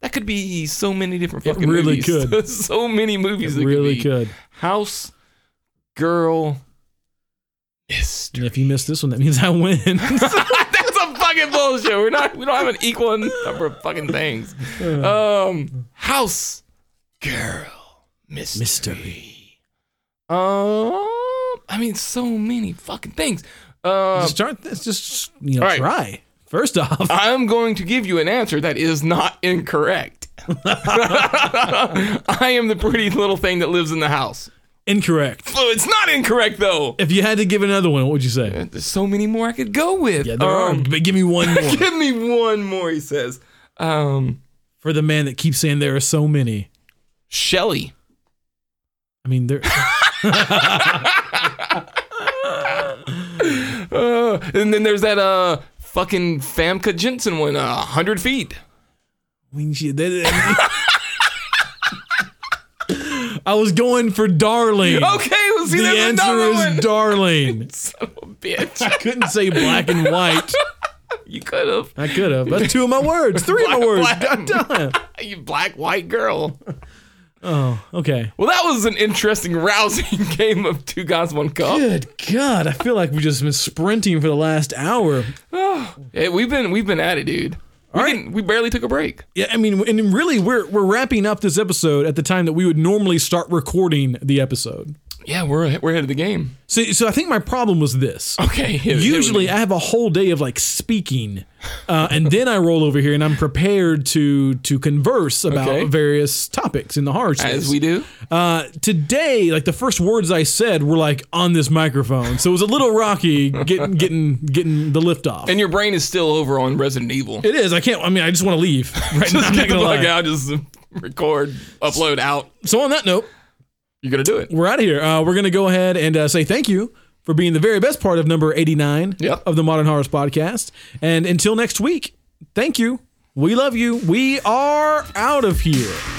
[SPEAKER 3] That could be so many different
[SPEAKER 2] It
[SPEAKER 3] fucking
[SPEAKER 2] really
[SPEAKER 3] movies.
[SPEAKER 2] could.
[SPEAKER 3] so many movies.
[SPEAKER 2] It
[SPEAKER 3] that
[SPEAKER 2] really
[SPEAKER 3] could, be.
[SPEAKER 2] could.
[SPEAKER 3] House girl mystery.
[SPEAKER 2] And if you miss this one, that means I win.
[SPEAKER 3] That's a fucking bullshit. We're not. We don't have an equal number of fucking things.
[SPEAKER 2] Uh.
[SPEAKER 3] Um, house girl mystery.
[SPEAKER 2] Mystery.
[SPEAKER 3] Um, I mean, so many fucking things. Um,
[SPEAKER 2] just start this. Just you know,
[SPEAKER 3] All right.
[SPEAKER 2] try. First off,
[SPEAKER 3] I'm going to give you an answer that is not incorrect. I am the pretty little thing that lives in the house.
[SPEAKER 2] incorrect.
[SPEAKER 3] Oh, it's not incorrect though.
[SPEAKER 2] If you had to give another one, what would you say?
[SPEAKER 3] There's so many more I could go with.
[SPEAKER 2] Yeah, there
[SPEAKER 3] Um,
[SPEAKER 2] are. But give me one more.
[SPEAKER 3] Give me one more, he says. Um,
[SPEAKER 2] for the man that keeps saying there are so many.
[SPEAKER 3] Shelly.
[SPEAKER 2] I mean, there.
[SPEAKER 3] Uh, and then there's that uh fucking Famke Jensen one, uh, 100 feet.
[SPEAKER 2] I mean, she- they- they- I was going for darling.
[SPEAKER 3] Okay, we'll see.
[SPEAKER 2] the
[SPEAKER 3] there's
[SPEAKER 2] answer
[SPEAKER 3] another
[SPEAKER 2] is
[SPEAKER 3] one.
[SPEAKER 2] darling.
[SPEAKER 3] Son of a bitch.
[SPEAKER 2] I couldn't say black and white.
[SPEAKER 3] You could have.
[SPEAKER 2] I could have. That's two of my words. Three of my words.
[SPEAKER 3] Black-
[SPEAKER 2] Goddamn.
[SPEAKER 3] You black, white girl.
[SPEAKER 2] Oh, okay.
[SPEAKER 3] Well, that was an interesting, rousing game of Two Guys, One Cup.
[SPEAKER 2] Good God, I feel like we've just been sprinting for the last hour.
[SPEAKER 3] Hey, we've been we've been at it, dude. We, didn't- we barely took a break.
[SPEAKER 2] Yeah, I mean, and really, we're we're wrapping up this episode at the time that we would normally start recording the episode.
[SPEAKER 3] Yeah, we're we're ahead of the game.
[SPEAKER 2] So, so I think my problem was this.
[SPEAKER 3] Okay. hit it, hit it.
[SPEAKER 2] Usually, I have a whole day of like speaking, uh, and then I roll over here and I'm prepared to to converse about
[SPEAKER 3] Okay.
[SPEAKER 2] various topics in the horror
[SPEAKER 3] as
[SPEAKER 2] space.
[SPEAKER 3] we do.
[SPEAKER 2] Uh, today, like the first words I said were like on this microphone, so it was a little rocky getting getting getting the lift off.
[SPEAKER 3] And your brain is still over on Resident Evil.
[SPEAKER 2] it is. I can't. I mean, I just want to leave. Right now,
[SPEAKER 3] just
[SPEAKER 2] I'm not
[SPEAKER 3] get the
[SPEAKER 2] gonna
[SPEAKER 3] fuck
[SPEAKER 2] lie.
[SPEAKER 3] out. Just record, upload, out.
[SPEAKER 2] So on that note,
[SPEAKER 3] You're gonna do it.
[SPEAKER 2] we're out of here. Uh, we're gonna go ahead and uh, say thank you for being the very best part of number eighty nine
[SPEAKER 3] Yep.
[SPEAKER 2] of the Modern Horrors podcast. And until next week, thank you. We love you. We are out of here.